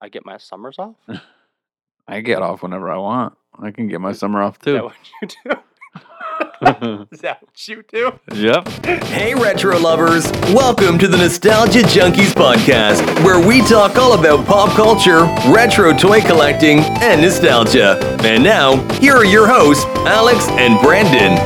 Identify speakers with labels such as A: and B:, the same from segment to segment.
A: I get my summers off. Is
B: I get off whenever I want. I can get my summer off
A: that
B: too.
A: what you do? Is that what you do?
B: yep.
C: Hey, retro lovers! Welcome to the Nostalgia Junkies podcast, where we talk all about pop culture, retro toy collecting, and nostalgia. And now, here are your hosts, Alex and Brandon.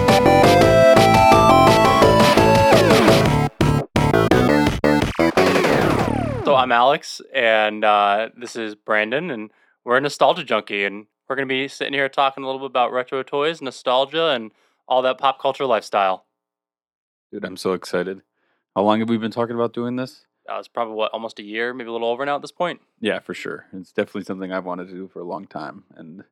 A: So I'm Alex, and uh, this is Brandon, and we're a nostalgia junkie, and we're gonna be sitting here talking a little bit about retro toys, nostalgia, and all that pop culture lifestyle.
B: Dude, I'm so excited. How long have we been talking about doing this?
A: Uh, it's probably what almost a year, maybe a little over now at this point.
B: Yeah, for sure. It's definitely something I've wanted to do for a long time, and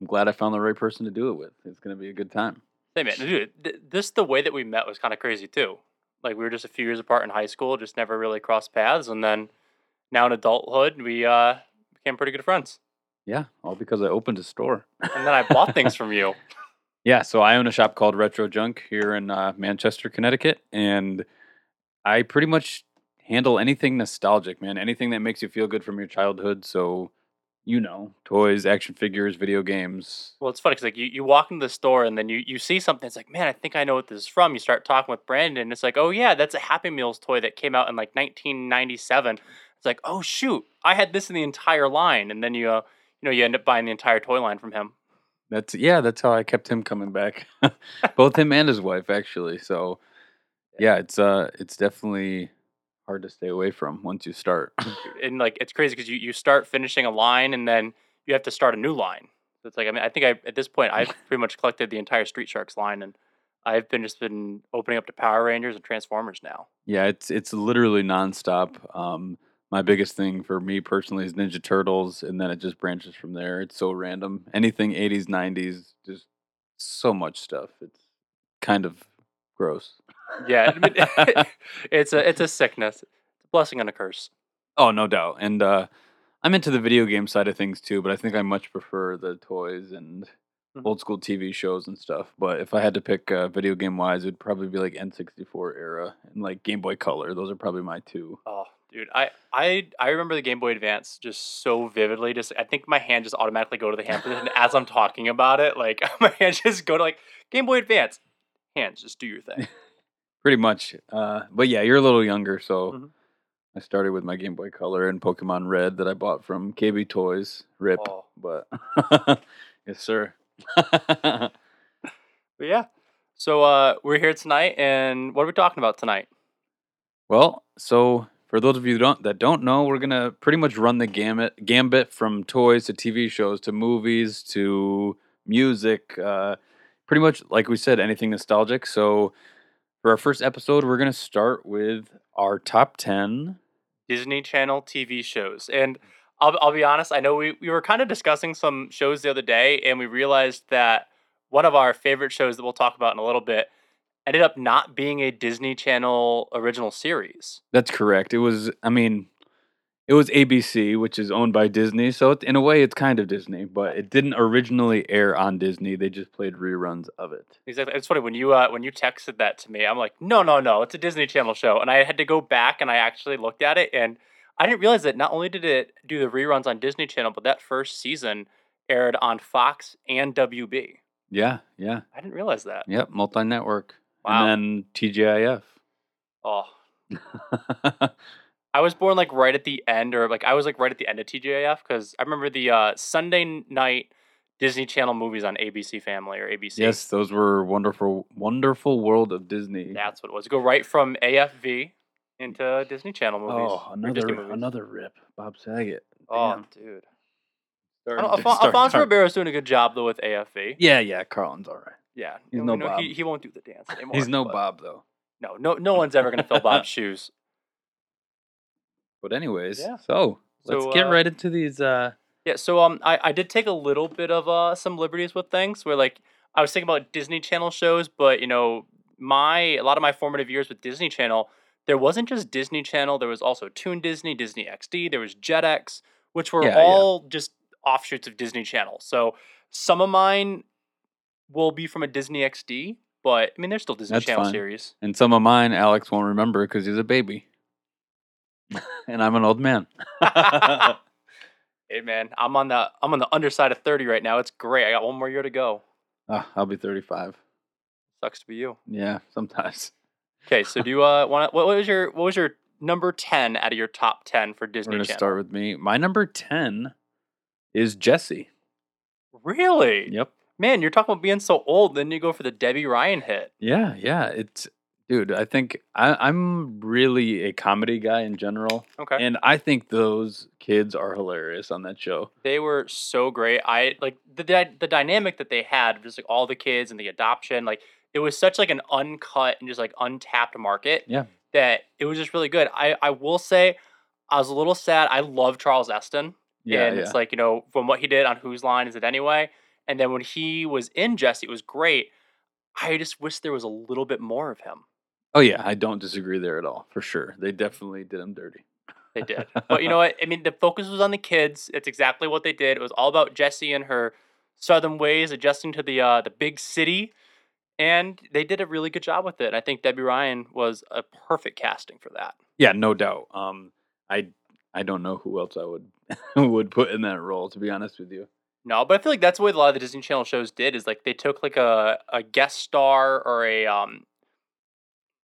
B: I'm glad I found the right person to do it with. It's gonna be a good time.
A: Hey man, dude, th- this the way that we met was kind of crazy too. Like we were just a few years apart in high school, just never really crossed paths, and then now in adulthood, we uh, became pretty good friends.
B: Yeah, all because I opened a store.
A: And then I bought things from you.
B: Yeah, so I own a shop called Retro Junk here in uh, Manchester, Connecticut, and I pretty much handle anything nostalgic, man. Anything that makes you feel good from your childhood. So, you know, toys, action figures, video games.
A: Well, it's funny because like you, you walk into the store and then you, you see something. It's like, man, I think I know what this is from. You start talking with Brandon. And it's like, oh yeah, that's a Happy Meals toy that came out in like 1997. It's like, oh shoot, I had this in the entire line. And then you uh, you know you end up buying the entire toy line from him.
B: That's yeah, that's how I kept him coming back. Both him and his wife, actually. So, yeah, it's uh, it's definitely hard to stay away from once you start.
A: And like it's crazy because you, you start finishing a line and then you have to start a new line. So it's like I mean I think I at this point I've pretty much collected the entire Street Sharks line and I've been just been opening up to Power Rangers and Transformers now.
B: Yeah, it's it's literally nonstop. Um, my biggest thing for me personally is Ninja Turtles, and then it just branches from there. It's so random. Anything '80s, '90s, just so much stuff. It's kind of gross.
A: Yeah, I mean, it's a it's a sickness, it's a blessing and a curse.
B: Oh, no doubt. And uh, I'm into the video game side of things too, but I think I much prefer the toys and
A: Mhm.
B: old school TV shows and stuff. But if I had to pick uh, video game wise, it'd probably be like N64 era and like Game Boy Color. Those are probably my two.
A: Oh, dude, I I I remember the Game Boy Advance just so vividly. Just I think my hand just automatically go to the hand position as I'm talking about it. Like my hands just go to like Game Boy Advance. Hands, just do your thing.
B: Pretty much. Uh, but yeah, you're a little younger, so
A: Mhm.
B: I started with my Game Boy Color and Pokemon Red that I bought from KB Toys. Rip.
A: Oh.
B: But yes, sir.
A: But yeah, so uh, we're here tonight, and what are we talking about tonight?
B: well, so for those of you don't, that don't know, we're gonna pretty much run the gamut gambit from toys to TV shows to movies to music. Uh, pretty much, like we said, anything nostalgic. So for our first episode, we're gonna start with our top ten.
A: Disney Channel TV shows. And I'll, I'll be honest, I know we, we were kind of discussing some shows the other day, and we realized that one of our favorite shows that we'll talk about in a little bit ended up not being a Disney Channel original series.
B: That's correct. It was, I mean, it was ABC, which is owned by Disney. So it, in a way, it's kind of Disney, but it didn't originally air on Disney. They just played reruns of it.
A: Exactly. It's funny when you uh, when you texted that to me, I'm like, no, no, no, it's a Disney Channel show, and I had to go back and I actually looked at it, and I didn't realize that not only did it do the reruns on Disney Channel, but that first season aired on Fox and WB.
B: Yeah, yeah,
A: I didn't realize that.
B: yep. Multi network.
A: Wow.
B: And then TGIF.
A: Oh, I was born like right at the end, or like I was like right at the end of TJF because I remember the uh, Sunday n- night Disney Channel movies on ABC Family or ABC.
B: yes, those were wonderful, wonderful world of Disney.
A: that's what it was. Go right from AFV into Disney Channel movies.
B: oh,
A: or Disney
B: another
A: movies.
B: another rip. Bob Saget.
A: Oh,
B: Damn.
A: dude. I
B: Starting
A: don't-
B: to-
A: Alfon-
B: start-
A: Alfonso
B: start-
A: Ribero's doing a good job though with AFV.
B: Yeah, yeah. Carlin's all right.
A: Yeah,
B: He's
A: and
B: no
A: we know He,
B: Bob.
A: he won't do the dance anymore.
B: He's no
A: but-
B: Bob though.
A: No, no, no one's ever gonna fill Bob's shoes.
B: But anyways,
A: Yeah.
B: so let's
A: So,
B: get
A: uh,
B: right into these. uh
A: Yeah, so um, I, I did take a little bit of uh some liberties with things where like I was thinking about Disney Channel shows, but you know my a lot of my formative years with Disney Channel, there wasn't just Disney Channel, there was also Toon Disney, Disney XD, there was JetX, which were
B: Yeah, yeah.
A: all just offshoots of Disney Channel. So some of mine will be from a Disney XD, but I mean they're still Disney
B: That's
A: Channel
B: fine.
A: series.
B: And some of mine, Alex won't remember because he's a baby. and I'm an old man.
A: I Hey man, I'm on the I'm on the underside of 30 right now. It's great. I got one more year to go.
B: Ah, I'll be 35.
A: Sucks to be you.
B: Yeah, sometimes.
A: Okay, so do you uh want what was your what was your number 10 out of your top 10 for
B: We're
A: Disney
B: going to
A: Channel?
B: start with me. My number 10 is Jesse.
A: Really?
B: Yep.
A: Man, you're talking about being so old, then you go for the Debbie Ryan hit.
B: Yeah, yeah. It's, dude, I think I, I'm really a comedy guy in general.
A: Okay.
B: And I think those kids are hilarious on that show.
A: They were so great. I like the dy- the dynamic that they had, just like all the kids and the adoption. Like it was such like an uncut and just like untapped market.
B: Yeah.
A: That it was just really good. I I will say, I was a little sad. I love Charles Eston,
B: Yeah,
A: and
B: yeah.
A: it's like you know from what he did on Whose Line Is It Anyway, and then when he was in Jesse, it was great. I just wish there was a little bit more of him.
B: oh, yeah. I don't disagree there at all, for sure. They definitely did him dirty.
A: They did. But you know what? I mean, the focus was on the kids. It's exactly what they did. It was all about Jessie and her southern ways, adjusting to the uh, the big city, and they did a really good job with it. And I think Debbie Ryan was a perfect casting for that.
B: Yeah, no doubt. Um, I I don't know who else I would would put in that role. To be honest with you,
A: No, but I feel like that's what a lot of the Disney Channel shows did. Is like they took like a a guest star or a um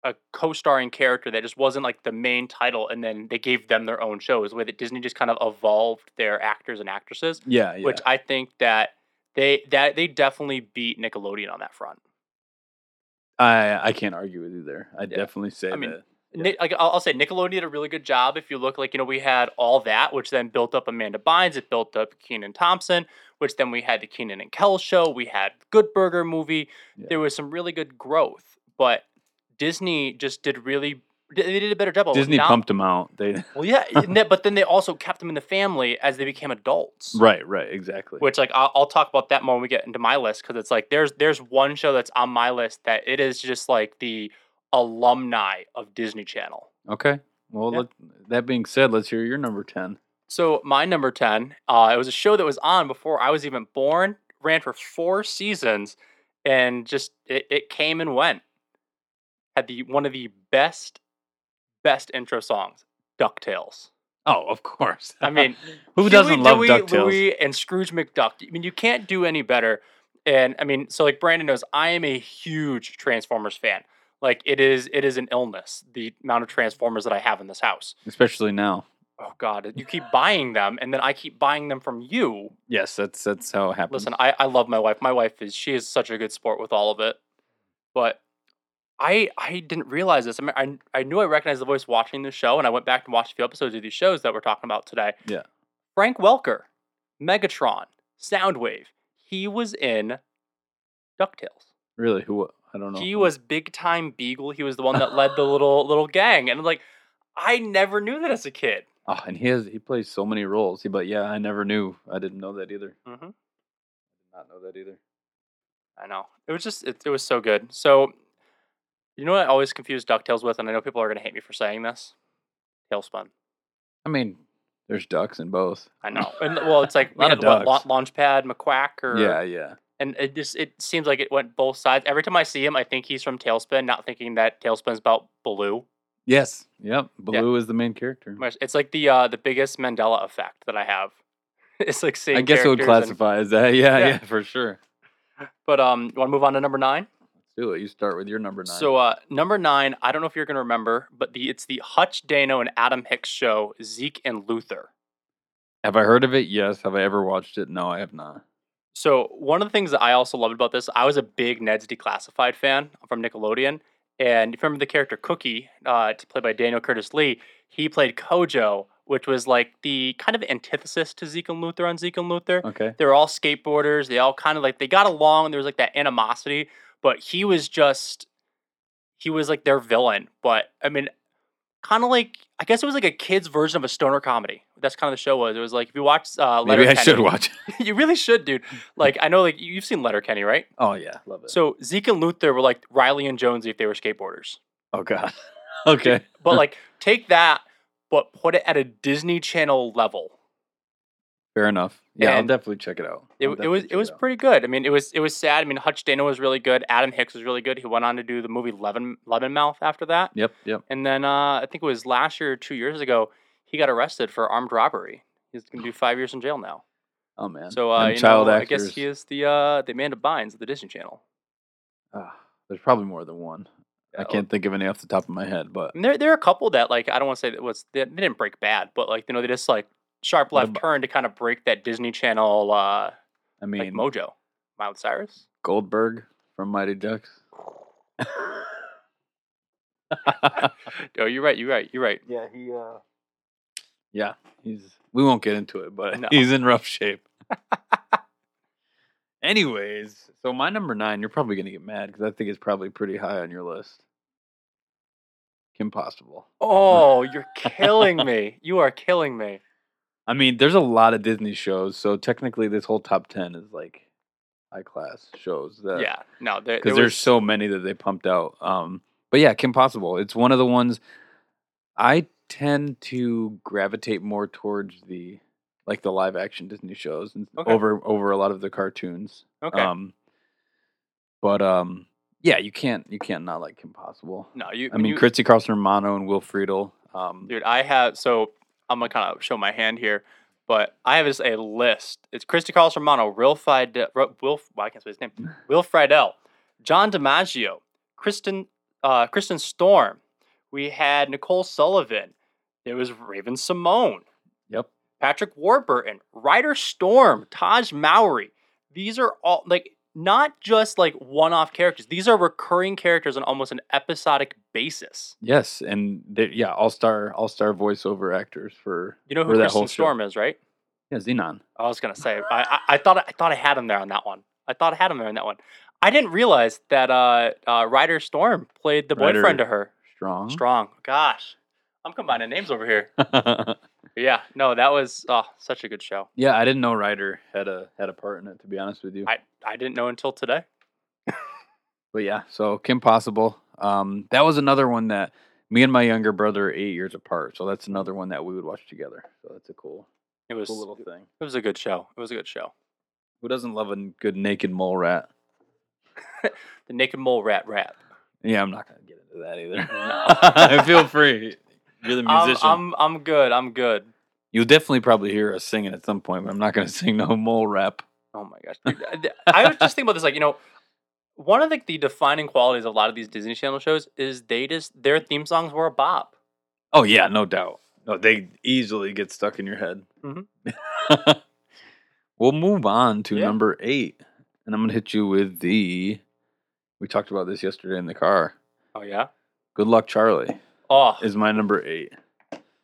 A: a co-starring character that just wasn't like the main title, and then they gave them their own shows. The way that Disney just kind of evolved their actors and actresses.
B: yeah, yeah.
A: which I think that they that they definitely beat Nickelodeon on that front.
B: I I can't argue with you there. I
A: Yeah.
B: definitely say
A: I mean,
B: that. Yeah.
A: Ni- like I'll, I'll say, Nickelodeon did a really good job. If you look like you know, we had all that, which then built up Amanda Bynes. It built up Keenan Thompson, which then we had the Keenan and Kel show. We had Good Burger movie.
B: Yeah.
A: There was some really good growth, but Disney just did really they did a better job. of
B: Disney
A: not-
B: pumped them out. They
A: Well, yeah, and then- but then they also kept them in the family as they became adults.
B: right, right, exactly.
A: which like I'll, I'll talk about that more when we get into my list because it's like there's there's one show that's on my list that it is just like the alumni of disney channel
B: okay. Well,
A: Yeah.
B: let, that being said, let's hear your number ten.
A: so my number 10 uh, it was a show that was on before i was even born ran for four seasons and just it, it came and went had the one of the best best intro songs ducktales
B: Oh, of course.
A: I mean,
B: who
A: Huey,
B: doesn't love
A: Dewey,
B: Ducktales?
A: Louie, and Scrooge McDuck. I mean, you can't do any better. And I mean, so like Brandon knows, I am a huge Transformers fan. Like it is, it is an illness the amount of Transformers that I have in this house.
B: Especially now.
A: Oh God, you keep buying them, and then I keep buying them from you.
B: Yes, that's that's how it happens.
A: Listen, I, I love my wife. My wife is she is such a good sport with all of it. But I I didn't realize this. I mean, I, I knew I recognized the voice watching the show, and I went back and watched a few episodes of these shows that we're talking about today.
B: Yeah.
A: Frank Welker, Megatron, Soundwave. He was in DuckTales.
B: really, who I don't know.
A: He
B: who-
A: was big time Beagle. He was the one that led the little little gang. And I'm like, I never knew that as a kid.
B: Ah, and he has he plays so many roles. He, but yeah, I never knew. I didn't know that either.
A: Mm-hmm.
B: Not know that either.
A: I know. It was just it, it was so good. So you know what I always confuse DuckTales with, and I know people are gonna hate me for saying this? Tailspin.
B: I mean, there's ducks in both.
A: I know. And well it's like we
B: Lot of
A: had what,
B: ducks.
A: Lau- Launchpad, McQuack or
B: Yeah, yeah.
A: and it just it seems like it went both sides. Every time I see him I think he's from Tailspin, not thinking that Tailspin's about Baloo.
B: Yes. Yep. Blue is the main character.
A: Much- It's like the uh the biggest Mandela effect that I have. It's like seeing
B: I guess it would
A: characters and-
B: classify as that. Yeah,
A: Yeah.
B: yeah, for sure.
A: but um you wanna move on to number nine?
B: Let's do it. You start with your number nine.
A: So uh, number nine, I don't know if you're gonna remember, but the it's the Hutch Dano and Adam Hicks show, Zeke and Luther.
B: have I heard of it? Yes. Have I ever watched it? No, I have not.
A: So one of the things that I also loved about this, I was a big Ned's Declassified fan from Nickelodeon, and if you remember the character Cookie, uh, it's played by Daniel Curtis Lee. He played Kojo, which was like the kind of antithesis to Zeke and Luther on Zeke and Luther.
B: Okay.
A: they were all skateboarders. They all kind of like they got along. There was like that animosity, but he was just he was like their villain. But I mean, kind of like I guess it was like a kid's version of a stoner comedy. That's kind of the show was. It was like if you watch uh, Letter
B: Maybe I should watch it.
A: you really should, dude. Like I know like you- you've seen Letter Kenny, right?
B: Oh yeah, love it.
A: So Zeke and Luther were like Riley and Jonesy if they were skateboarders.
B: oh god. okay.
A: But like take that, but put it at a Disney Channel level.
B: Fair enough. Yeah, I'll
A: And-
B: definitely check it out.
A: it, it was
B: I'll Oh, definitely
A: it was
B: check
A: pretty good. I mean, it was it was sad. I mean, Hutch Dana was really good. Adam Hicks was really good. He went on to do the movie Levin Leavenmouth after that,
B: out. Yep. Yep.
A: and then uh, I think it was last year, or two years ago, he got arrested for armed robbery. He's gonna do five years in jail now.
B: Oh man.
A: So uh,
B: Them
A: you
B: child
A: know, I
B: actors.
A: guess he is the uh, the Amanda Bynes of the Disney Channel.
B: Ah, there's probably more than one. I
A: Oh.
B: can't think of any off the top of my head, but
A: And there, there are a couple that like I don't want to say that was they, they didn't break bad, but like you know they just like sharp
B: What
A: left
B: about-
A: turn to kind of break that Disney Channel uh,
B: I mean
A: like mojo. Miles Cyrus.
B: Goldberg from Mighty Ducks.
A: Oh, you're right. You're right. You're right.
B: yeah, he. Uh... Yeah, he's. We won't get into it, but
A: No.
B: he's in rough shape. Anyways, so my number nine, you're probably gonna get mad because I think it's probably pretty high on your list. Kim Possible.
A: Oh, you're killing me. You are killing me.
B: I mean, there's a lot of Disney shows, so technically this whole top ten is like high class shows. That,
A: Yeah. No, there,
B: because
A: there
B: there's
A: was-
B: Uh, so many that they pumped out. Um, but yeah, Kim Possible. It's one of the ones I tend to gravitate more towards the like the live action Disney shows and
A: Okay.
B: over over a lot of the cartoons.
A: okay.
B: Um, but um, yeah, you can't you can't not like Kim Possible.
A: no, you.
B: I mean,
A: you,
B: Christy Carlson Romano and Will Friedle. Um,
A: dude, I have. So I'm gonna kind of show my hand here, but I have just a list. It's Christy Carlson Romano, Will Friedle, Will. Well, I can't say his name. Will Friedle, John DiMaggio, Kristen, uh, Kristen Storm. We had Nicole Sullivan. There was Raven Simone.
B: yep.
A: Patrick Warburton, Ryder Storm, Taj Mowry. These are all like not just like one-off characters. These are recurring characters on almost an episodic basis.
B: Yes, and they, yeah, all star all star voiceover actors for
A: You know who
B: for that whole
A: Kristen
B: show.
A: Storm is, right? Oh,
B: Yeah, Xenon.
A: I was gonna say I, I, I thought I thought I had him there on that one. I thought I had him there on that one. I didn't realize that uh, uh, Ryder Storm played the
B: Ryder-
A: boyfriend to her.
B: Strong.
A: Strong. Gosh, I'm combining names over here.
B: Strong.
A: But yeah, no, that was oh, such a good show.
B: Yeah, I didn't know Ryder had a had a part in it. To be honest with you,
A: I I didn't know until today.
B: but yeah, so Kim Possible. Um, that was another one that me and my younger brother are eight years apart. So that's another one that we would watch together. So that's a cool,
A: It was
B: cool little thing.
A: it was a good show. It was a good show.
B: Who doesn't love a good naked mole rat?
A: The Naked Mole Rat Rap.
B: Yeah, I'm not gonna get into that either. Feel free. You're the
A: I'm,
B: musician.
A: I'm I'm good. I'm good.
B: You'll definitely probably hear us singing at some point, but I'm not gonna sing no mole rap.
A: Oh my gosh, dude, I- I was just thinking about this. Like you know, one of the, the defining qualities of a lot of these Disney Channel shows is they just their theme songs were a bop.
B: Oh yeah, no doubt. No, they easily get stuck in your head.
A: Mhm.
B: we'll move on to
A: Yeah.
B: number eight, and I'm gonna hit you with the. We talked about this yesterday in the car.
A: Oh yeah.
B: Good luck, Charlie.
A: Oh,
B: Is my number eight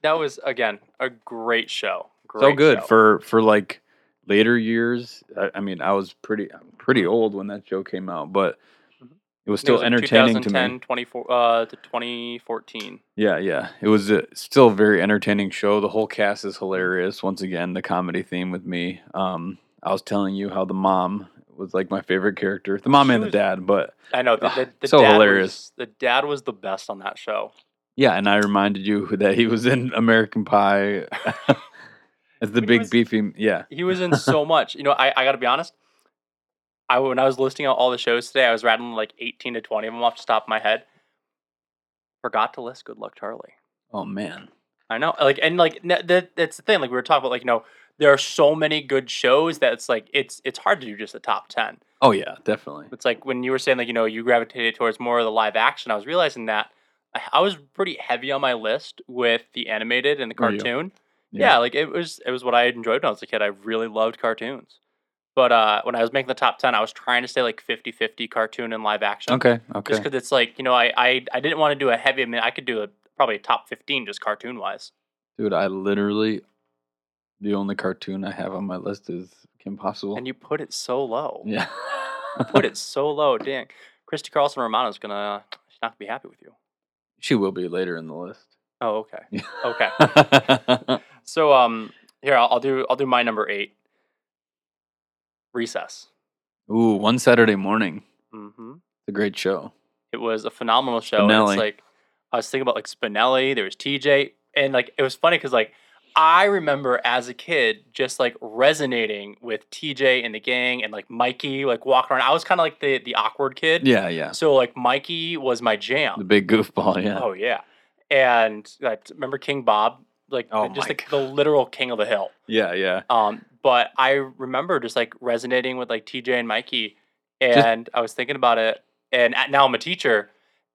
A: that was again a great show. Great
B: so good
A: show.
B: for for like later years? I, I mean, I was pretty I'm pretty old when that show came out, but
A: Mhm.
B: it
A: I think it
B: was still
A: was, like,
B: entertaining to
A: 2010,
B: me.
A: 24 uh, to 2014.
B: Yeah, yeah. It was a, still a very entertaining show. The whole cast is hilarious. Once again, the comedy theme with me. Um, I was telling you how the mom was like my favorite character, the mom
A: She
B: and the
A: was-
B: dad. But
A: I know the,
B: Ah,
A: the, the
B: so
A: dad
B: hilarious.
A: Was, the dad was the best on that show.
B: yeah, and I reminded you that he was in American Pie as the
A: He
B: big
A: was-
B: beefy. Yeah,
A: He was in so much. You know, I, I got to be honest. I when I was listing out all the shows today, I was rattling like eighteen to twenty of them off the top of my head. Forgot to list Good Luck Charlie.
B: oh man,
A: I know, like, and like n- that, that's the thing. Like we were talking about, like you know, there are so many good shows that it's like it's it's hard to do just the top ten.
B: oh yeah, definitely.
A: It's like when you were saying like you know you gravitated towards more of the live action. I was realizing that I, I was pretty heavy on my list with the animated and the
B: Were you?
A: cartoon. Yeah. like it was it was what I had enjoyed when I was a kid. I really loved cartoons. But uh, when I was making the top 10, I was trying to stay like 50-50 cartoon and live action.
B: Okay.
A: Just
B: Okay.
A: because it's like, you know, I, I I didn't want to do a heavy, I mean, I could do a probably a top 15 just cartoon wise.
B: Dude, I literally the only cartoon I have on my list is Kim Possible.
A: And you put it so low.
B: yeah.
A: Put it so low, dang. Christy Carlson Romano's going to, she's not going to be happy with you.
B: she will be later in the list.
A: Oh, okay.
B: Yeah.
A: Okay.
B: Okay.
A: So um, here, I'll, I'll do, I'll do my number eight. Recess.
B: Ooh, one Saturday morning.
A: Mm-hmm.
B: It's a great show.
A: It was a phenomenal show. and
B: Spinelli.
A: it's like I was thinking about like Spinelli. There was TJ, and like it was funny because like I remember as a kid just like resonating with TJ and the gang and like Mikey like walking around. I was kind of like the the awkward kid.
B: Yeah, yeah.
A: So like Mikey was my
B: The
A: jam.
B: big goofball, yeah.
A: Oh yeah, and I remember King Bob like
B: Oh
A: just
B: my
A: the, the literal king of the hill.
B: Yeah, yeah.
A: Um, but I remember just like resonating with like TJ and Mikey, and I was thinking about it, and at, now I'm a teacher,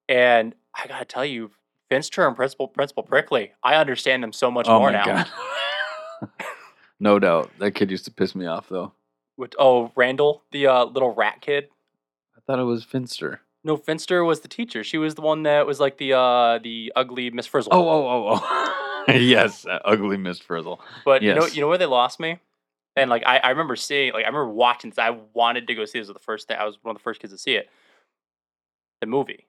A: and I gotta tell you, Finster and Principal Principal Prickly, I understand them so much
B: oh
A: more
B: my
A: now.
B: god. no doubt. That kid used to piss me off though.
A: With oh Randall, the uh, little rat kid.
B: I thought it was Finster.
A: No, Finster was the teacher. She was the one that was like the uh, the ugly Miss Frizzle.
B: Oh, oh, oh, oh. yes, uh, ugly Miss Frizzle.
A: But you know,
B: Yes.
A: you know where they lost me, and like I, I remember seeing, like I remember watching. this. I wanted to go see this. was the first thing I was one of the first kids to see it. The movie,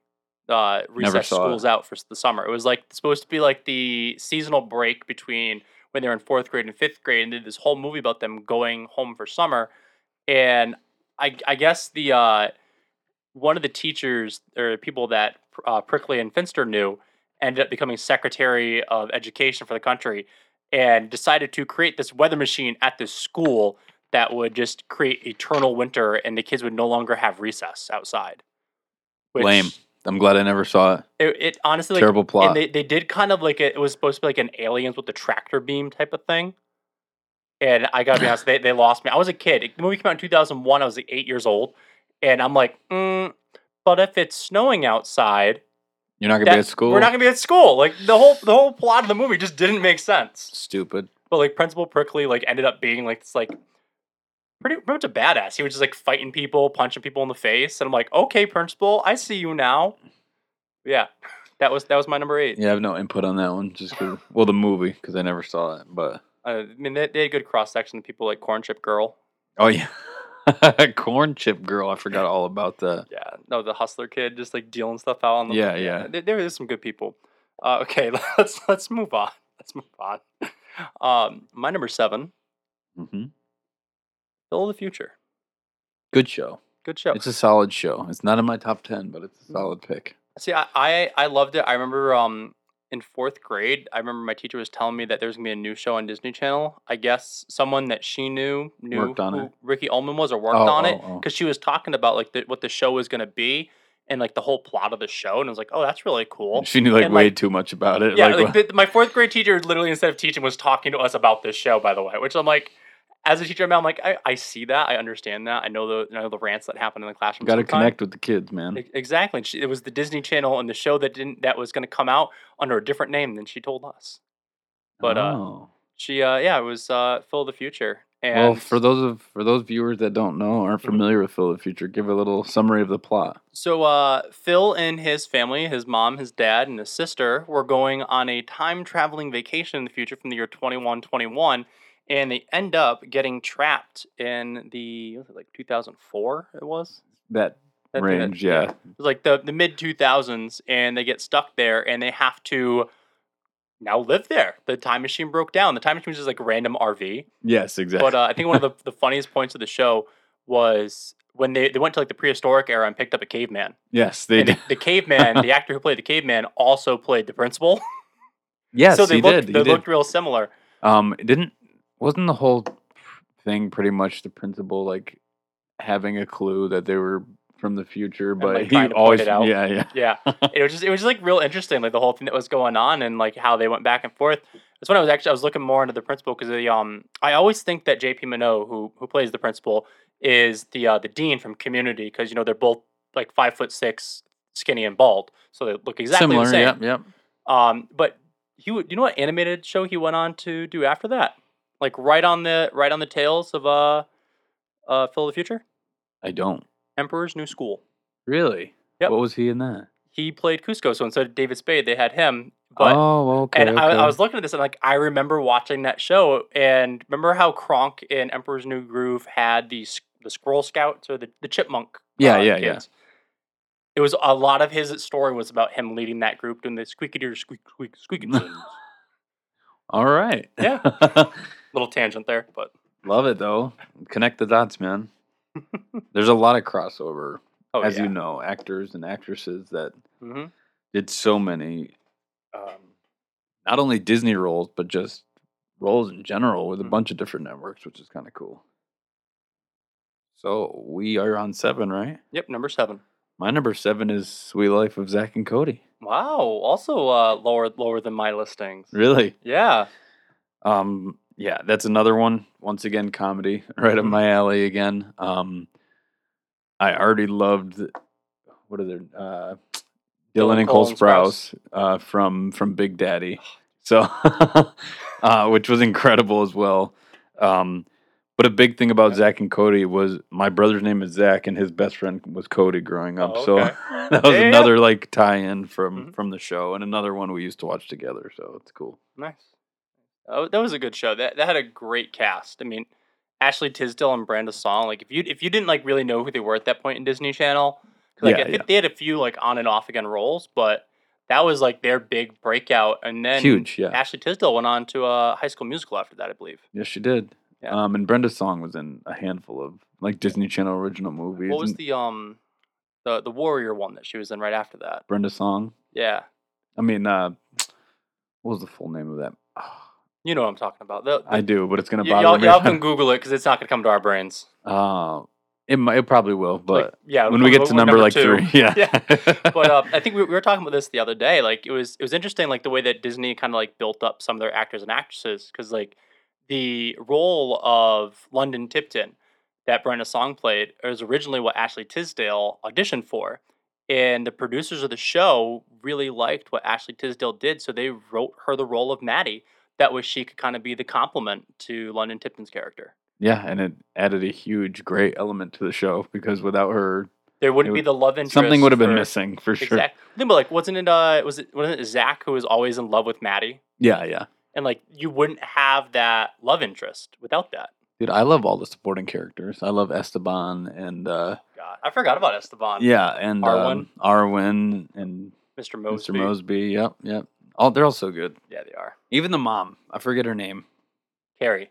A: uh, recess
B: saw it.
A: schools out for s- the summer. It was like supposed to be like the seasonal break between when they were in fourth grade and fifth grade, and did this whole movie about them going home for summer. And I, I guess the uh, one of the teachers or people that uh, Prickly and Finster knew ended up becoming secretary of education for the country and decided to create this weather machine at this school that would just create eternal winter and the kids would no longer have recess outside.
B: Lame. I'm glad I never saw it.
A: It, it honestly like,
B: Terrible plot.
A: and they, they did kind of like a, it was supposed to be like an aliens with the tractor beam type of thing. And I gotta be honest, they, they lost me. I was a kid. The movie came out in 2001. I was like eight years old. And I'm like, mm, but if it's snowing outside,
B: You're not gonna
A: that-
B: be at school.
A: we're not gonna be at school. Like the whole the whole plot of the movie just didn't make sense.
B: Stupid.
A: But like Principal Prickly like ended up being like this like pretty, pretty much a badass. He was just like fighting people, punching people in the face. And I'm like, okay, Principal, I see you now. Yeah, that was that was my number eight.
B: Yeah, I have no input on that one. Just 'cause- well, the movie because I never saw it. But
A: Uh, I mean, they, they had good cross section of people like Corn Chip Girl.
B: oh yeah, corn chip girl. I forgot all about that.
A: Yeah, no, the Hustler Kid, just like dealing stuff out on the.
B: Yeah, yeah.
A: There, there is some good people. Uh, okay, let's let's move on. Let's move on. Um, my number seven,
B: hmm
A: Bill of the Future.
B: Good show.
A: Good show.
B: It's a solid show. It's not in my top ten, but
A: Mm.
B: it's a solid pick.
A: See, I, I I loved it. I remember um in fourth grade, I remember my teacher was telling me that there's gonna be a new show on Disney Channel. I guess someone that she knew knew
B: Worked on
A: who
B: it?
A: Ricky Ullman was or worked
B: Oh,
A: on it
B: oh, oh.
A: because she was talking about like the, what the show was gonna be and like the whole plot of the show, and I was like, oh, that's really cool.
B: She knew like
A: And,
B: way
A: like-
B: too much about it.
A: yeah,
B: like,
A: like, the, my fourth grade teacher literally instead of teaching was talking to us about this show. By the way, which I'm like. As a teacher, I'm like, I, I see that, I understand that, I know the I know the rants that happen in the classroom.
B: got to
A: sometimes.
B: connect with the kids, man.
A: Ex- Exactly. And She, it was the Disney Channel and the show that didn't that was going to come out under a different name than she told us. But uh,
B: Oh.
A: she, uh, yeah, it was uh, Phil of the Future. And Mm-hmm.
B: well, for those of for those viewers that don't know aren't familiar with Phil the Future, give a little summary of the plot.
A: so uh, Phil and his family, his mom, his dad, and his sister, were going on a time traveling vacation in the future from the year 2121, and they end up getting trapped in the was it like 2004. It was
B: That
A: That- that-
B: range, yeah.
A: It was like the, the mid 2000s and they get stuck there and they have to now live there the time machine broke down the time machine was just like a random rv
B: Yes, exactly.
A: but uh, i think one of the, the funniest points of the show was when they, they went to like the prehistoric era and picked up a caveman
B: yes, they
A: and
B: did.
A: the, the caveman the actor who played the caveman also played the principal
B: Yes,
A: so they
B: he
A: looked
B: did. He
A: they
B: did.
A: looked real similar
B: Um, it didn't wasn't the whole thing pretty much the principal like having a clue that they were from the future, but
A: like, trying
B: he
A: to point
B: always
A: it out.
B: yeah yeah
A: yeah it was just it was just like real interesting like the whole thing that was going on and like how they went back and forth that's when i was actually i was looking more into the principal because the um i always think that jp minot who who plays the principal is the uh the dean from community because you know they're both like five foot six skinny and bald so they look exactly
B: similar
A: the same
B: yep yep
A: um but he would you know what animated show he went on to do after that like right on the right on the tails of uh uh phil of the future
B: I don't
A: emperor's new school
B: really
A: Yep.
B: what was he in that
A: he played Cusco, so instead of David Spade, they had him. But
B: oh okay
A: and I,
B: okay.
A: I was looking at this and like I remember watching that show and remember how Kronk in Emperor's New Groove had the s- the Squirrel Scouts or the, the Chipmunk. uh,
B: Yeah, yeah, yeah.
A: kids? It was a lot of his story was about him leading that group doing the squeaky doo squeak squeak squeaky doo.
B: all right
A: Yeah. Little tangent there, but
B: love it though connect the dots man there's a lot of crossover
A: oh
B: as
A: yeah.
B: you know actors and actresses that
A: hmm
B: did so many
A: Um,
B: not only Disney roles but just roles in general with a
A: Mhm.
B: bunch of different networks, which is kind of cool. So we are on seven, right?
A: yep, number seven.
B: My number seven is Sweet Life of Zach and Cody.
A: Wow, also uh, lower lower than my listings.
B: Really?
A: Yeah,
B: Um, yeah, that's another one. Once again, comedy right up
A: Mm-hmm.
B: my alley again. Um, I already loved what are their uh, Dylan and Cole
A: Cole and Sprouse.
B: Sprouse uh, from from Big Daddy,
A: Oh,
B: so uh, which was incredible as well. Um, but a big thing about Zach and Cody was my brother's name is Zach and his best friend was Cody growing up.
A: Oh,
B: So
A: okay.
B: that was
A: Yeah, yeah.
B: another like tie-in from
A: Mhm.
B: from the show and another one we used to watch together. So it's cool.
A: Nice. Oh, that was a good show. That that had a great cast. I mean, Ashley Tisdale and Brenda Song. Like if you if you didn't like really know who they were at that point in Disney Channel, 'cause, like
B: Yeah,
A: I think they had a few like on and off again roles, but that was like their big breakout. And then
B: Huge, yeah.
A: Ashley Tisdale went on to a High School Musical after that, I believe.
B: Yes, she did.
A: Yeah.
B: Um, and Brenda's song was in a handful of like Disney Channel original movies.
A: What was
B: and
A: the um the the Warrior one that she was in right after that?
B: Brenda song?
A: Yeah,
B: I mean, uh, what was the full name of that? Ah,
A: you know what I'm talking about. The, the,
B: I do, but it's gonna
A: y-
B: bother
A: y'all,
B: me.
A: y'all can Google it because it's not gonna come to our brains.
B: Uh, it might, it probably will, but
A: like, yeah, it'll
B: when we
A: come-
B: get to
A: we're
B: number, like
A: two.
B: three, yeah,
A: but uh, I think we, we were talking about this the other day. Like it was it was interesting, like the way that Disney kind of like built up some of their actors and actresses, because like the role of London Tipton that Brenda Song played was originally what Ashley Tisdale auditioned for, and the producers of the show really liked what Ashley Tisdale did, so they wrote her the role of Maddie. That way, she could kind of be the complement to London Tipton's character.
B: yeah, and it added a huge, great element to the show because without her,
A: There wouldn't be
B: It
A: the love interest.
B: something would have been
A: for-
B: missing for sure.
A: Exactly. Think about like wasn't it uh was it wasn't it Zach who was always in love with Maddie?
B: Yeah, yeah,
A: And like you wouldn't have that love interest without that.
B: dude, I love all the supporting characters. I love Esteban and uh,
A: God. I forgot about Esteban.
B: yeah, and um, Arwen and
A: Mr. Mosby.
B: Mr. Mosby. Yep, yep. All they're all so good.
A: Yeah, they are.
B: Even the mom, I forget her name.
A: Carrie.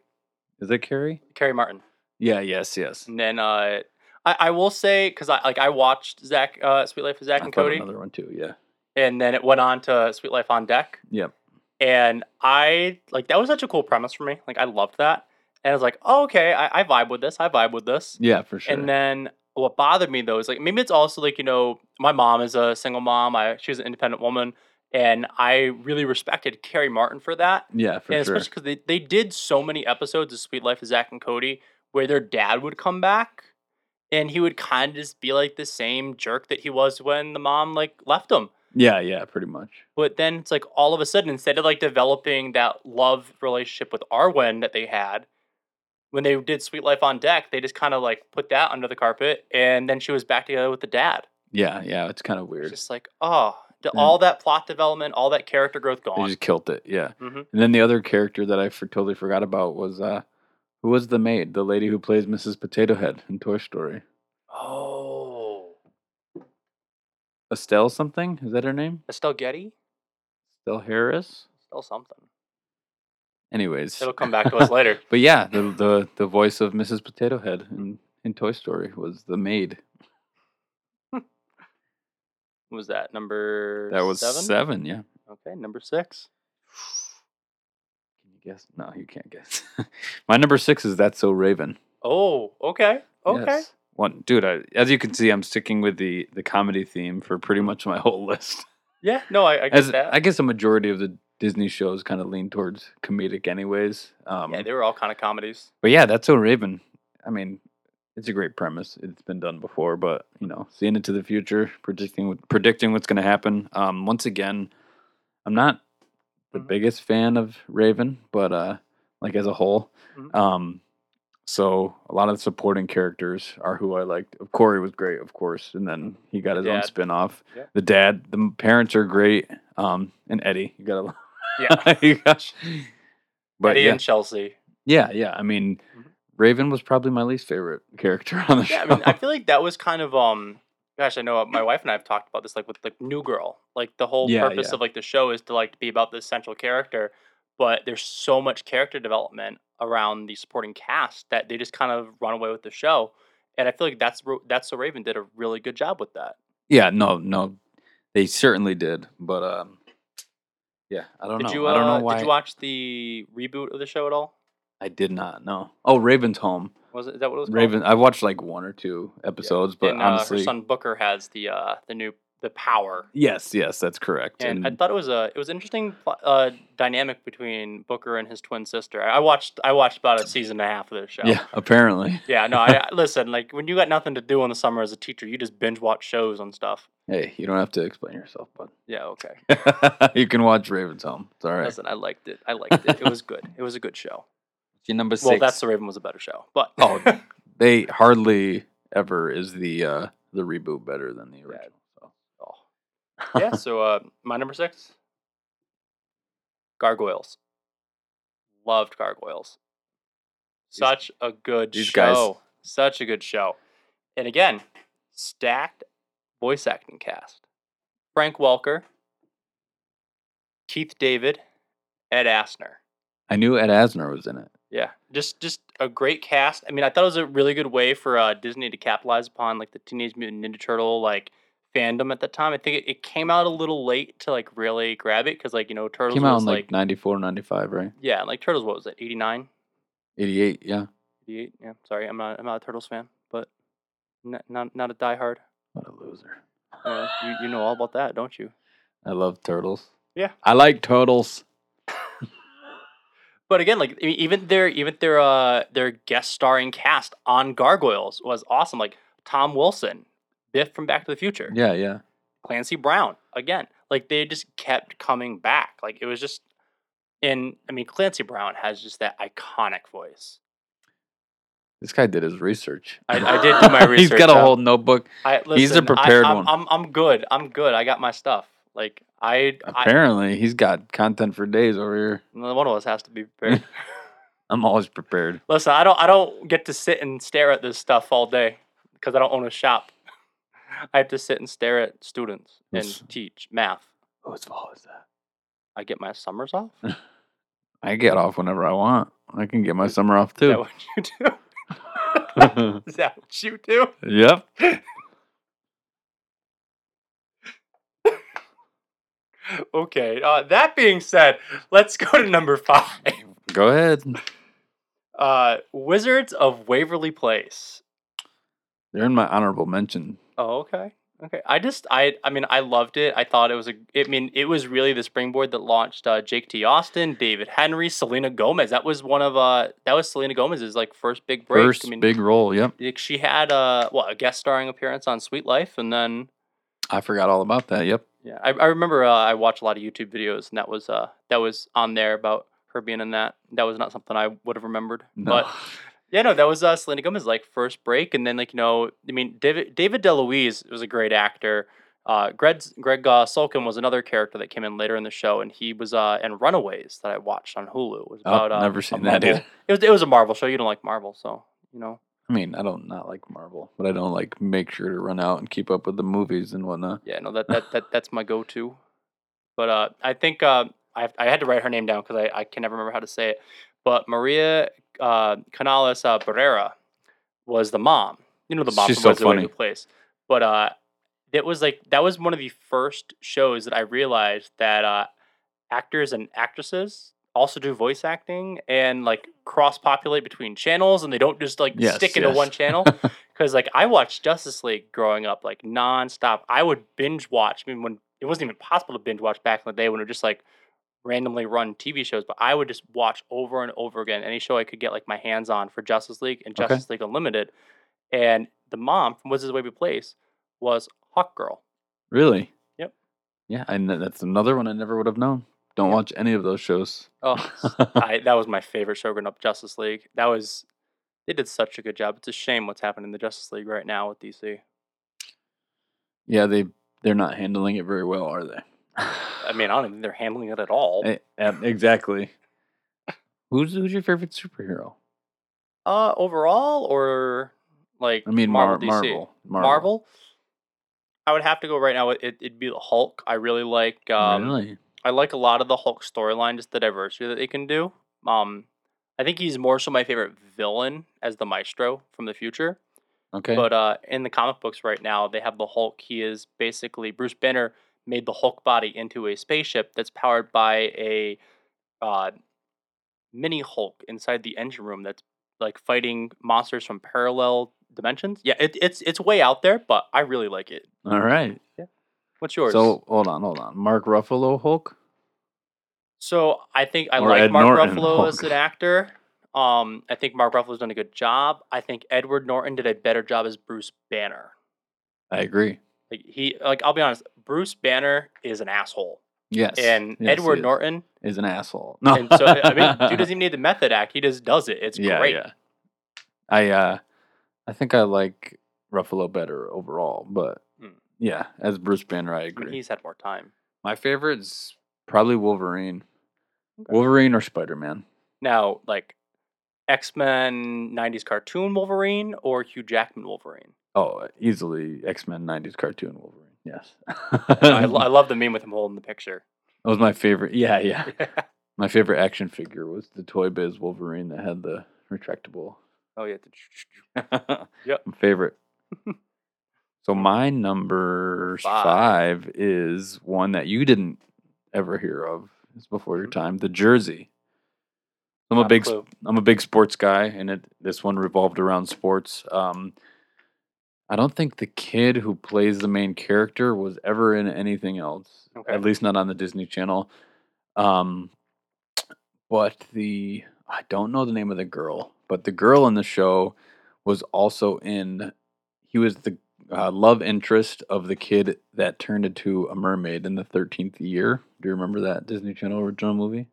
B: Is it Carrie?
A: Carrie Martin.
B: Yeah. Yes. Yes.
A: And then uh I, I will say because I like I watched Zach uh Sweet Life of Zach
B: I
A: and
B: thought
A: Cody
B: Another one too. Yeah.
A: and then it went on to Sweet Life on Deck.
B: Yep.
A: And I like that was such a cool premise for me. Like I loved that. And I was like, oh, okay, I, I vibe with this, I vibe with this.
B: Yeah. For sure.
A: And then what bothered me though is like maybe it's also like you know my mom is a single mom. I she's an independent woman, and I really respected Carrie Martin for that,
B: yeah. For
A: and
B: sure.
A: especially because they they did so many episodes of Sweet Life of Zach and Cody where their dad would come back, and he would kind of just be like the same jerk that he was when the mom like left him.
B: Yeah. Yeah. Pretty much.
A: But then it's like all of a sudden, instead of like developing that love relationship with Arwen that they had, when they did Sweet Life on Deck, they just kind of like put that under the carpet, and then she was back together with the dad.
B: Yeah. Yeah. It's kind of
A: It's
B: weird. Hmm.
A: just like, oh, the- all that plot development, all that character growth
B: they
A: gone.
B: just killed it. Yeah.
A: Mhm.
B: And then the other character that I for, totally forgot about was uh, who was the maid? The lady who plays Mrs. Potato Head in Toy Story.
A: Oh,
B: Estelle something? Is that her name?
A: Estelle Getty,
B: Estelle Harris.
A: Estelle something.
B: Anyways.
A: It'll come back to us later.
B: But yeah, the the, the voice of Mrs. Potato Head in, in Toy Story was the maid.
A: What was that number?
B: That was
A: seven.
B: seven. yeah.
A: Okay, number six.
B: Can you guess? No, you can't guess. My number six is That's So Raven.
A: Oh, okay, okay.
B: Yes. One, dude. I, as you can see, I'm sticking with the the comedy theme for pretty much my whole list.
A: Yeah, no, I, I get
B: As
A: that.
B: I guess a majority of the Disney shows kind of lean towards comedic, anyways. Um,
A: yeah, they were all kind of comedies.
B: but yeah, That's So Raven. I mean, it's a great premise. It's been done before, but you know, seeing into the future, predicting what- predicting what's going to happen. Um, once again, I'm not the
A: Mhm.
B: biggest fan of Raven, but uh, like as a whole,
A: Mhm.
B: um, so a lot of the supporting characters are who I liked. Corey was great, of course, and then he got his own
A: Mm-hmm. Dad.
B: spin off.
A: Yeah.
B: The dad, the m- parents are great, um, and Eddie, you gotta,
A: Yeah,
B: you got- but
A: Eddie
B: yeah,
A: and Chelsea.
B: yeah, yeah. I mean,
A: Mhm.
B: Raven was probably my least favorite character on the show.
A: Yeah, I mean, I feel like that was kind of um. Gosh, I know uh, my wife and I have talked about this, like with like New Girl. Like the whole
B: Yeah,
A: purpose
B: yeah.
A: of like the show is to like to be about the central character, but there's so much character development around the supporting cast that they just kind of run away with the show. And I feel like that's Ro- that's so Raven did a really good job with that.
B: yeah, no, no, they certainly did, but um, yeah, I don't
A: Did
B: know.
A: you? Uh,
B: I don't know why
A: Did you watch the reboot of the show at all?
B: I did not know. Oh, Raven's home.
A: Was it is that what it was called?
B: Raven. I watched like one or two episodes, but
A: and, uh,
B: honestly,
A: her son Booker has the uh the new the power.
B: Yes, yes, that's correct.
A: And I thought it was a it was an interesting pl- uh, dynamic between Booker and his twin sister. I I watched I watched about a season and a half of this show.
B: yeah, apparently.
A: Yeah, no, I, I- listen, like when you got nothing to do in the summer as a teacher, you just binge watch shows and stuff.
B: Hey, you don't have to explain yourself,
A: Yeah, okay.
B: bud. you can watch Ravens Home. It's all right.
A: Listen, I liked it. I liked it. It was good. It was a good show.
B: Your number six.
A: Well, that's the Raven was a better show, but
B: Oh, they hardly ever is the uh the reboot better than the original. So
A: Oh. yeah. So uh, my number six, Gargoyles. Loved Gargoyles.
B: These-
A: Such a good
B: these
A: show.
B: guys.
A: Such a good show. And again, stacked voice acting cast. Frank Welker, Keith David, Ed Asner.
B: I knew Ed Asner was in it.
A: Yeah, just just a great cast. I mean, I thought it was a really good way for uh, Disney to capitalize upon like the Teenage Mutant Ninja Turtle like fandom at the time. I think it, it came out a little late to like really grab it because like you know Turtles
B: Came out
A: was
B: in
A: like,
B: like, ninety four, ninety five, 94, 95, right?
A: yeah like Turtles what was it 89,
B: 88, yeah.
A: 88? Yeah, sorry, I'm not I'm not a Turtles fan, but not not, not a diehard.
B: What a loser.
A: Uh, you you know all about that, don't you?
B: I love turtles.
A: Yeah.
B: I like turtles.
A: But again, like e- even their even their uh their guest starring cast on Gargoyles was awesome. Like Tom Wilson, Biff from Back to the Future.
B: Yeah, yeah.
A: Clancy Brown again. Like they just kept coming back. Like it was just, and I mean Clancy Brown has just that iconic voice.
B: This guy did his research.
A: I, I did do my
B: He's
A: research.
B: got a
A: uh,
B: whole notebook.
A: I, listen,
B: he's a prepared
A: I, I'm,
B: one.
A: I'm I'm good. I'm good. I got my stuff. Like I, I
B: Apparently, he's got content for days over here.
A: one of us has to be prepared.
B: I'm always prepared.
A: Listen, I don't I don't get to sit and stare at this stuff all day because I don't own a shop. I have to sit and stare at students
B: Yes.
A: and teach math.
B: Whose fault is that? I,
A: I get my summers off. Is
B: get off whenever I want. I can get my summer off
A: that
B: too.
A: what you do? Is that what you do?
B: yep.
A: Okay. Uh, that being said, let's go to number five.
B: Go ahead.
A: Uh, Wizards of Waverly Place.
B: They're in my honorable mention.
A: Oh, okay. Okay. I just, I, I mean, I loved it. I thought it was a, I mean, it was really the springboard that launched uh, Jake T. Austin, David Henry, Selena Gomez. That was one of, uh, that was Selena Gomez's like first big break.
B: First
A: I mean,
B: big role. Yep.
A: like, she had uh, what a guest starring appearance on Sweet Life, and then
B: I forgot all about that. Yep.
A: yeah, I, I remember uh, I watched a lot of YouTube videos, and that was uh, that was on there about her being in that. That was not something I would have remembered,
B: No.
A: but Yeah, no, that was uh, Selena Gomez's like first break, and then like you know, I mean, David David DeLuise was a great actor. Uh, Greg Greg uh, Sulkin was another character that came in later in the show, and he was uh, in Runaways that I watched on Hulu. It was
B: Oh,
A: about uh,
B: never
A: a
B: seen that
A: Marvel-
B: either.
A: It was it was a Marvel show. You don't like Marvel, so you know.
B: I mean, I don't not like Marvel, but I don't like make sure to run out and keep up with the movies and whatnot.
A: Yeah, no, that that, that that's my go-to. But uh, I think uh, I I had to write her name down because I, I can never remember how to say it. But Maria uh, Canales uh, Barrera was the mom. You know the mom
B: She's
A: from
B: so
A: Wizards of Waverly
B: funny.
A: Place. But uh, it was like that was one of the first shows that I realized that uh, actors and actresses also do voice acting and like cross populate between channels and they don't just like
B: Yes,
A: stick into
B: yes.
A: one channel because like I watched Justice League growing up like nonstop. I would binge watch. I mean, when it wasn't even possible to binge watch back in the day when it was just like randomly run TV shows, but I would just watch over and over again any show I could get like my hands on for Justice League and
B: Okay.
A: Justice League Unlimited. And the mom from Wizards of Waverly Place was Hawk Girl.
B: Really?
A: Yep.
B: Yeah, I kn- that's another one I never would have known. Don't watch any of those shows.
A: Oh, I, that was my favorite show growing up, Justice League. That was they did such a good job. It's a shame what's happening in the Justice League right now with DC.
B: yeah, they they're not handling it very well, are they?
A: I mean, I don't think they're handling it at all.
B: Eh, eh, exactly. who's who's your favorite superhero?
A: Uh, overall, or like
B: I mean, Mar-
A: Marvel, DC?
B: Marvel,
A: Marvel. I would have to go right now. with- It, it'd be the Hulk. I really like. Um,
B: really?
A: I like a lot of the Hulk storyline, just the diversity that they can do. Um, I think he's more so my favorite villain as the Maestro from the future.
B: Okay.
A: But uh, in the comic books right now, they have the Hulk. He is basically Bruce Banner made the Hulk body into a spaceship that's powered by a uh, mini Hulk inside the engine room that's like fighting monsters from parallel dimensions. Yeah, it, it's it's way out there, but I really like it.
B: All right.
A: Yeah. What's yours?
B: So hold on, hold on. Mark Ruffalo Hulk.
A: So I think I
B: Or
A: like
B: Ed
A: Mark
B: Norton. Oh,
A: Ruffalo as an actor. Um, I think Mark Ruffalo's done a good job. I think Edward Norton did a better job as Bruce Banner.
B: I agree.
A: Like he, like I'll be honest, Bruce Banner is an asshole,
B: Yes.
A: and
B: Yes,
A: Edward
B: he is.
A: Norton.
B: is an asshole. No.
A: And so I mean, dude doesn't even need the method act; he just does it. It's
B: yeah,
A: great.
B: yeah. I uh, I think I like Ruffalo better overall, but
A: Hmm.
B: yeah, as Bruce Banner, I
A: I mean,
B: agree.
A: he's had more time.
B: My favorite's probably Wolverine. Wolverine or Spider Man.
A: Now, like X Men '90s cartoon Wolverine or Hugh Jackman Wolverine.
B: Oh, easily X Men '90s cartoon Wolverine. Yes,
A: I, lo- I love the meme with him holding the picture.
B: that was my favorite. Yeah, yeah. My favorite action figure was the Toy Biz Wolverine that had the retractable.
A: oh yeah, the
B: yep. Favorite. so my number
A: Five.
B: five. is one that you didn't ever hear of. It's before your
A: Mhm.
B: time. The jersey. I'm
A: not
B: a big
A: clue.
B: I'm a big sports guy, and it this one revolved around sports. Um, I don't think the kid who plays the main character was ever in anything else,
A: Okay.
B: at least not on the Disney Channel. Um, but the I don't know the name of the girl, but the girl in the show was also in. He was the uh, love interest of the kid that turned into a mermaid in the thirteenth year. Do you remember that Disney Channel original movie?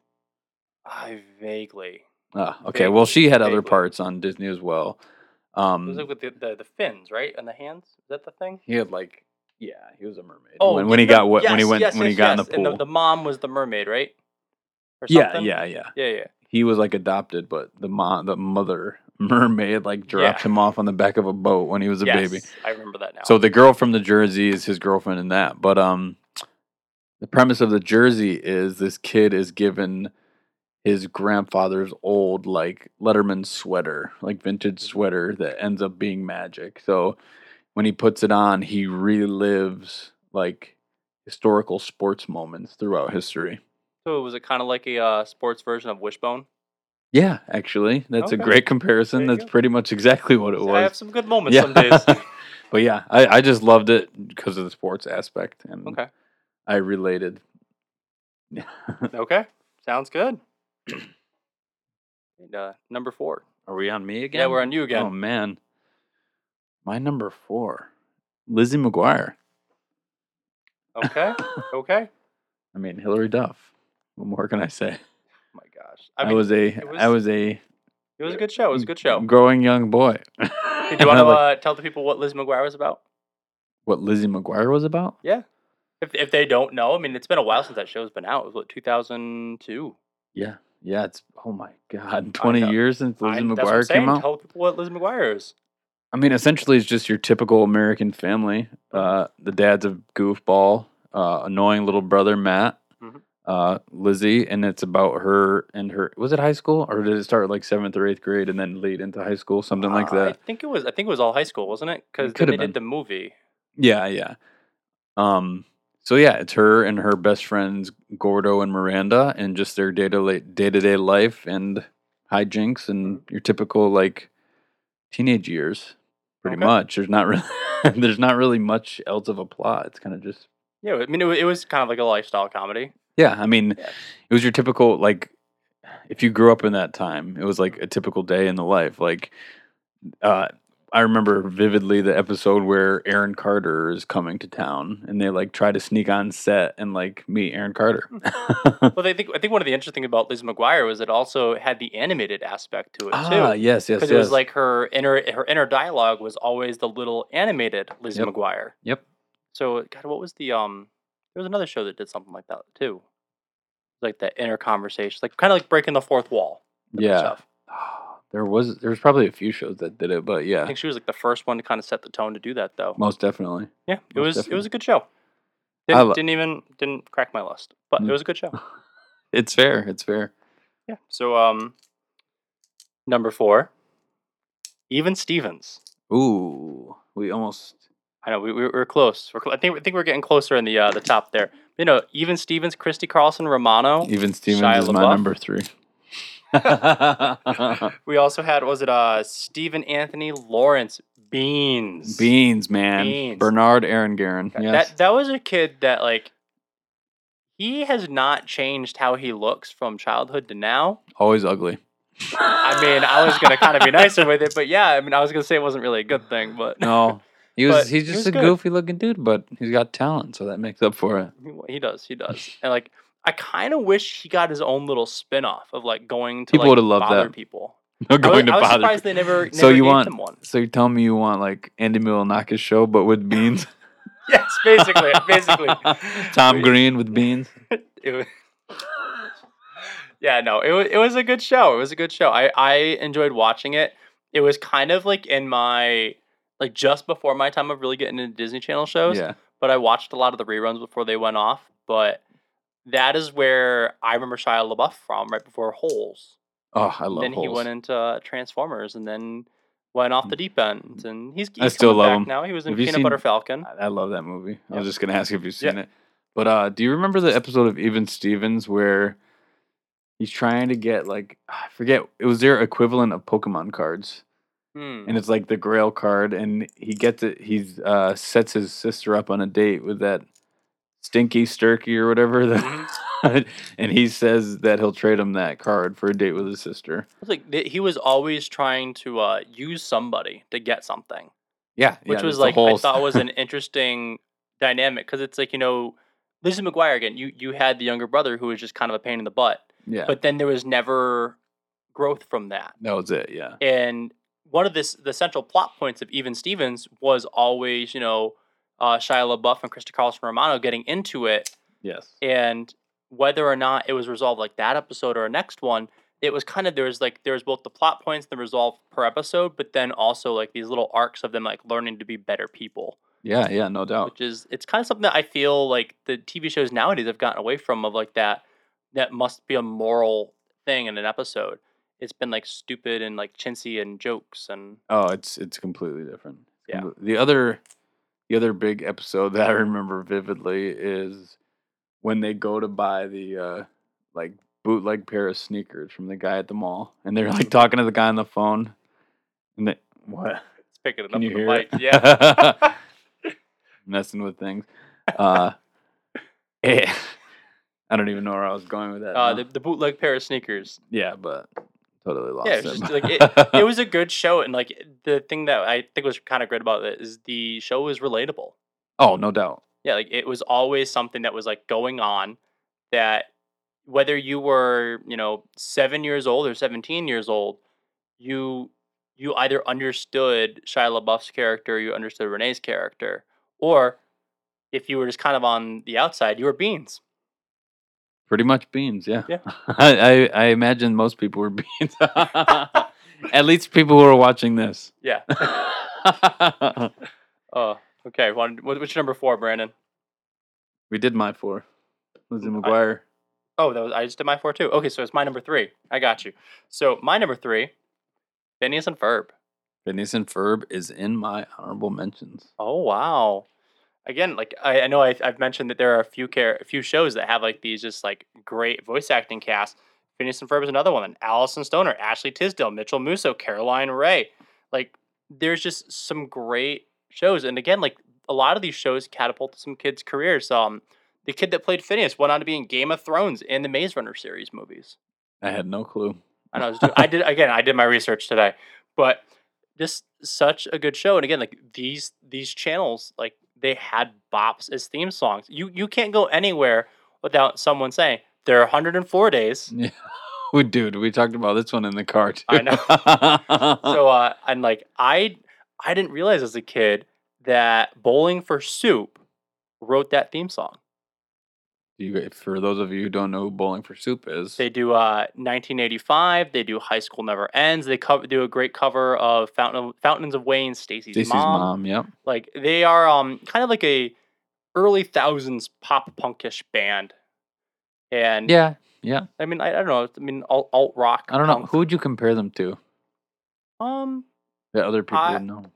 A: I vaguely.
B: Ah, okay. Well, she had other
A: vaguely.
B: parts on Disney as well.
A: It was like
B: Um,
A: with the, the, the fins, right, and the hands. Is that the thing?
B: he had like, yeah, he was a mermaid. when, when he
A: yeah,
B: got wet, when he
A: yes,
B: went,
A: yes,
B: when he
A: yes,
B: got
A: yes.
B: in the
A: And the,
B: pool.
A: mom was the mermaid, right? Or
B: yeah,
A: something?
B: yeah, yeah.
A: yeah, yeah.
B: He was like adopted, but the mom, the mother mermaid, like dropped
A: Yeah.
B: him off on the back of a boat when he was a
A: yes,
B: baby.
A: I remember that now.
B: So the girl from the jersey is his girlfriend in that. But um, the premise of the jersey is this kid is given his grandfather's old like Letterman sweater, like vintage
A: Mm-hmm.
B: sweater that ends up being magic. So when he puts it on, he relives like historical sports moments throughout history.
A: so was it kind of like a uh, sports version of Wishbone?
B: Yeah, actually, that's
A: Okay.
B: a great comparison.
A: There you
B: That's
A: go.
B: pretty much exactly what it
A: I have
B: was.
A: some good moments
B: Yeah.
A: some days.
B: But yeah, I, I just loved it because of the sports aspect and
A: okay,
B: I related.
A: okay, sounds good. And, uh, number four.
B: Are we on me again?
A: Yeah, we're on you
B: Oh
A: again.
B: man, my number four, Lizzie McGuire. Oh.
A: Okay, okay. Oh
B: I mean Hillary Duff. What more can I say?
A: my gosh,
B: I,
A: I mean,
B: was a
A: it
B: I was a
A: it was a good show. It was a good show.
B: growing young boy. Do
A: Hey, do you want to uh, tell the people what Liz McGuire was about?
B: what Lizzie McGuire was about?
A: If, if they don't know, I mean, it's been a while since that show's been out. It was what 2002.
B: Yeah, yeah. It's oh my god, twenty
A: know.
B: years since
A: I-
B: Lizzie
A: that's what I'm
B: McGuire
A: saying.
B: came out.
A: Tell people what Liz McGuire is.
B: I mean, essentially, it's just your typical American family. Uh, the dad's a goofball, uh, annoying little brother Matt,
A: Mhm.
B: uh, Lizzie, and it's about her and her. Was it high school, or did it start like seventh or eighth grade and then lead into high school, something like
A: Uh, I
B: that?
A: think it was. I think it was all high school, wasn't it? Because
B: It could
A: they
B: have
A: did
B: been.
A: the movie.
B: Yeah, yeah. Um. So yeah, it's her and her best friends Gordo and Miranda, and just their day to day to day life and hijinks and your typical like teenage years, pretty
A: Okay.
B: much. There's not really there's not really much else of a plot. It's kind of just
A: Yeah, I mean, it, wa- it was kind of like a lifestyle comedy.
B: yeah. I mean,
A: Yeah.
B: it was your typical like if you grew up in that time, it was like a typical day in the life. Like, uh, I remember vividly the episode where Aaron Carter is coming to town, and they like try to sneak on set and like meet Aaron Carter.
A: Well, I think I think one of the interesting things about Liz McGuire was it also had the animated aspect to it
B: ah,
A: too.
B: yes, yes,
A: Because
B: yes.
A: it was like her inner her inner dialogue was always the little animated Liz
B: Yep.
A: McGuire.
B: Yep.
A: So God, what was the um? There was another show that did something like that too, like that inner conversation, like kind of like breaking the fourth wall. type of
B: yeah.
A: stuff.
B: There was there was probably a few shows that did it, but
A: I
B: yeah,
A: think she was like the first one to kind of set the tone to do that though.
B: most definitely.
A: Yeah, it was it
B: Most
A: was
B: definitely.
A: a good show.
B: I
A: Didn't,
B: lo-
A: didn't even didn't crack my list, but it
B: Mm.
A: was a good show.
B: It's fair. It's fair.
A: Yeah. So um, number four, even Stevens.
B: Ooh, we almost.
A: I know we, we we're close. We're cl- I think I think we're getting closer in the uh, the top there. You know, even Stevens, Christy Carlson, Romano.
B: Even Stevens
A: Shia
B: is my
A: LaBeouf?
B: number three.
A: We also had was it uh Stephen Anthony Lawrence Beans.
B: Beans, man.
A: Beans.
B: Bernard Aaron Guerin. Yes.
A: That that was a kid that like he has not changed how he looks from childhood to now.
B: Always ugly.
A: I mean, I was gonna kind of be nicer with it, but yeah, I mean, I was gonna say it wasn't really a good thing, but
B: No. He
A: But
B: was he's
A: he
B: just
A: was
B: a
A: good.
B: goofy looking dude, but he's got talent, so that makes up for it.
A: he, he does, he does, and like I kind of wish he got his own little spin off of like going to
B: People
A: like,
B: would've loved
A: bother
B: that.
A: people.
B: Not
A: I was,
B: going
A: I was
B: to bother.
A: surprised they never, never
B: So you
A: gave
B: want-
A: him one.
B: So you tell me you want like Andy Milanakis show, but with beans.
A: Yes, basically, basically.
B: Tom
A: We-
B: Green with beans.
A: It wa- yeah, no, it was it was a good show. It was a good show. I I enjoyed watching it. It was kind of like in my like just before my time of really getting into Disney Channel shows.
B: Yeah.
A: But I watched a lot of the reruns before they went off. But that is where I remember Shia LaBeouf from right before Holes.
B: Oh, I love.
A: then he
B: holes. Mm.
A: went into uh, Transformers and then went off the deep end. And he's, he's
B: I still
A: coming
B: love
A: back
B: him.
A: now. He was in
B: Have you
A: Peanut
B: seen-
A: Butter Falcon.
B: I I love that movie. I
A: Yep.
B: was just gonna ask if you've
A: Yeah.
B: seen it. But uh, do you remember the episode of Even Stevens where he's trying to get like I forget it was their equivalent of Pokemon cards,
A: Hmm.
B: and it's like the Grail card, and he gets it. He uh, sets his sister up on a date with that stinky sturkey or whatever,
A: Mm-hmm.
B: that, and he says that he'll trade him that card for a date with his sister.
A: It's like th- he was always trying to uh, use somebody to get something,
B: Yeah,
A: which
B: yeah,
A: was
B: that's the
A: like I
B: whole
A: thought was an interesting dynamic because it's like you know, Lizzie McGuire again. You you had the younger brother who was just kind of a pain in the butt,
B: yeah.
A: but then there was never growth from that.
B: that was it. Yeah,
A: And one of this the central plot points of Even Stevens was always you know uh, Shia LaBeouf and Krista Carlson Romano getting into it
B: yes.
A: and whether or not it was resolved like that episode or a next one it was kind of there was like there was both the plot points the resolve per episode but then also like these little arcs of them like learning to be better people
B: Yeah, yeah, no doubt.
A: which is it's kind of something that i feel like the tv shows nowadays have gotten away from of like that that must be a moral thing in an episode it's been like stupid and like chintzy and jokes and
B: Oh, it's it's completely different. It's
A: Yeah.
B: comple- The other the other big episode that I remember vividly is when they go to buy the uh like bootleg pair of sneakers from the guy at the mall and they're
A: Mm-hmm.
B: like talking to the guy on the phone and they what
A: it's picking it up
B: can you
A: with a
B: hear
A: mic
B: it?
A: yeah
B: messing with things uh eh, I don't even know where I was going with that
A: uh,
B: now.
A: the, the bootleg pair of sneakers
B: yeah but totally lost
A: Yeah, it was
B: it.
A: just like it was a good show, and like the thing that I think was kind of great about it is the show was relatable.
B: oh no doubt
A: Yeah, like it was always something that was like going on that whether you were you know seven years old or seventeen years old, you you either understood Shia LaBeouf's character, you understood Renee's character, or if you were just kind of on the outside, you were beans.
B: Pretty much beans, yeah.
A: Yeah.
B: I, I, I imagine most people were beans. At least people who are watching this.
A: Yeah. Oh, okay. One, what- what's your number four, Brandon?
B: we did my four. Lizzie
A: I-
B: McGuire.
A: Oh, that was I just did my four too. Okay, so it's my number three. I got you. So my number three, Phineas and Ferb.
B: Phineas and Ferb is in my honorable mentions.
A: Oh wow! Again, like I, I know I, I've mentioned that there are a few care, a few shows that have like these just like great voice acting casts. Phineas and Ferb is another one. And Allison Stoner, Ashley Tisdale, Mitchell Musso, Caroline Ray. Like there's just some great shows. And again, like a lot of these shows catapulted some kids' careers. Um, the kid that played Phineas went on to be in Game of Thrones and the Maze Runner series movies.
B: I had no clue.
A: I know. I, was doing, I did again. I did my research today, but just such a good show. And again, like these these channels, like they had bops as theme songs. You you can't go anywhere without someone saying there are 104 days.
B: Yeah. We, dude, we talked about this one in the car too.
A: I
B: know.
A: So uh, and like I I didn't realize as a kid that Bowling for Soup wrote that theme song.
B: you, guys- for those of you who don't know who Bowling for Soup is,
A: They do uh 1985. They do High School Never Ends. They cover do a great cover of Fountain of, Fountains of Wayne, Stacy's
B: Stacey's
A: mom.
B: mom. Yep.
A: Like they are um kind of like a early thousands pop punkish band. And
B: Yeah. Yeah.
A: I mean I, I don't know, I mean alt, alt rock.
B: I don't know.
A: punk.
B: Who would you compare them to
A: um
B: that other people
A: I-
B: didn't know?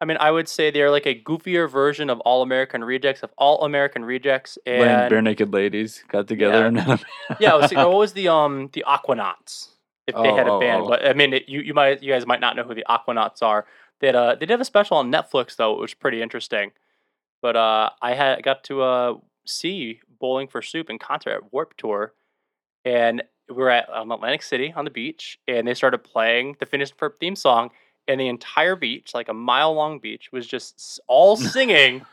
A: I mean I would say they're like a goofier version of All American Rejects of All American Rejects
B: Land
A: and
B: bare naked ladies got together
A: Yeah.
B: and
A: Yeah, I was thinking, what was the um the Aquanauts? if they had
B: Oh,
A: a
B: oh,
A: band.
B: oh.
A: But I mean, it, you you might you guys might not know who the Aquanauts are. They had a, they did have a special on Netflix though, which was pretty interesting. But uh, I had got to uh, see Bowling for Soup in concert at Warp Tour, and we were at um, Atlantic City on the beach, and they started playing the Phineas and Ferb theme song, and the entire beach, like a mile long beach, was just s- all singing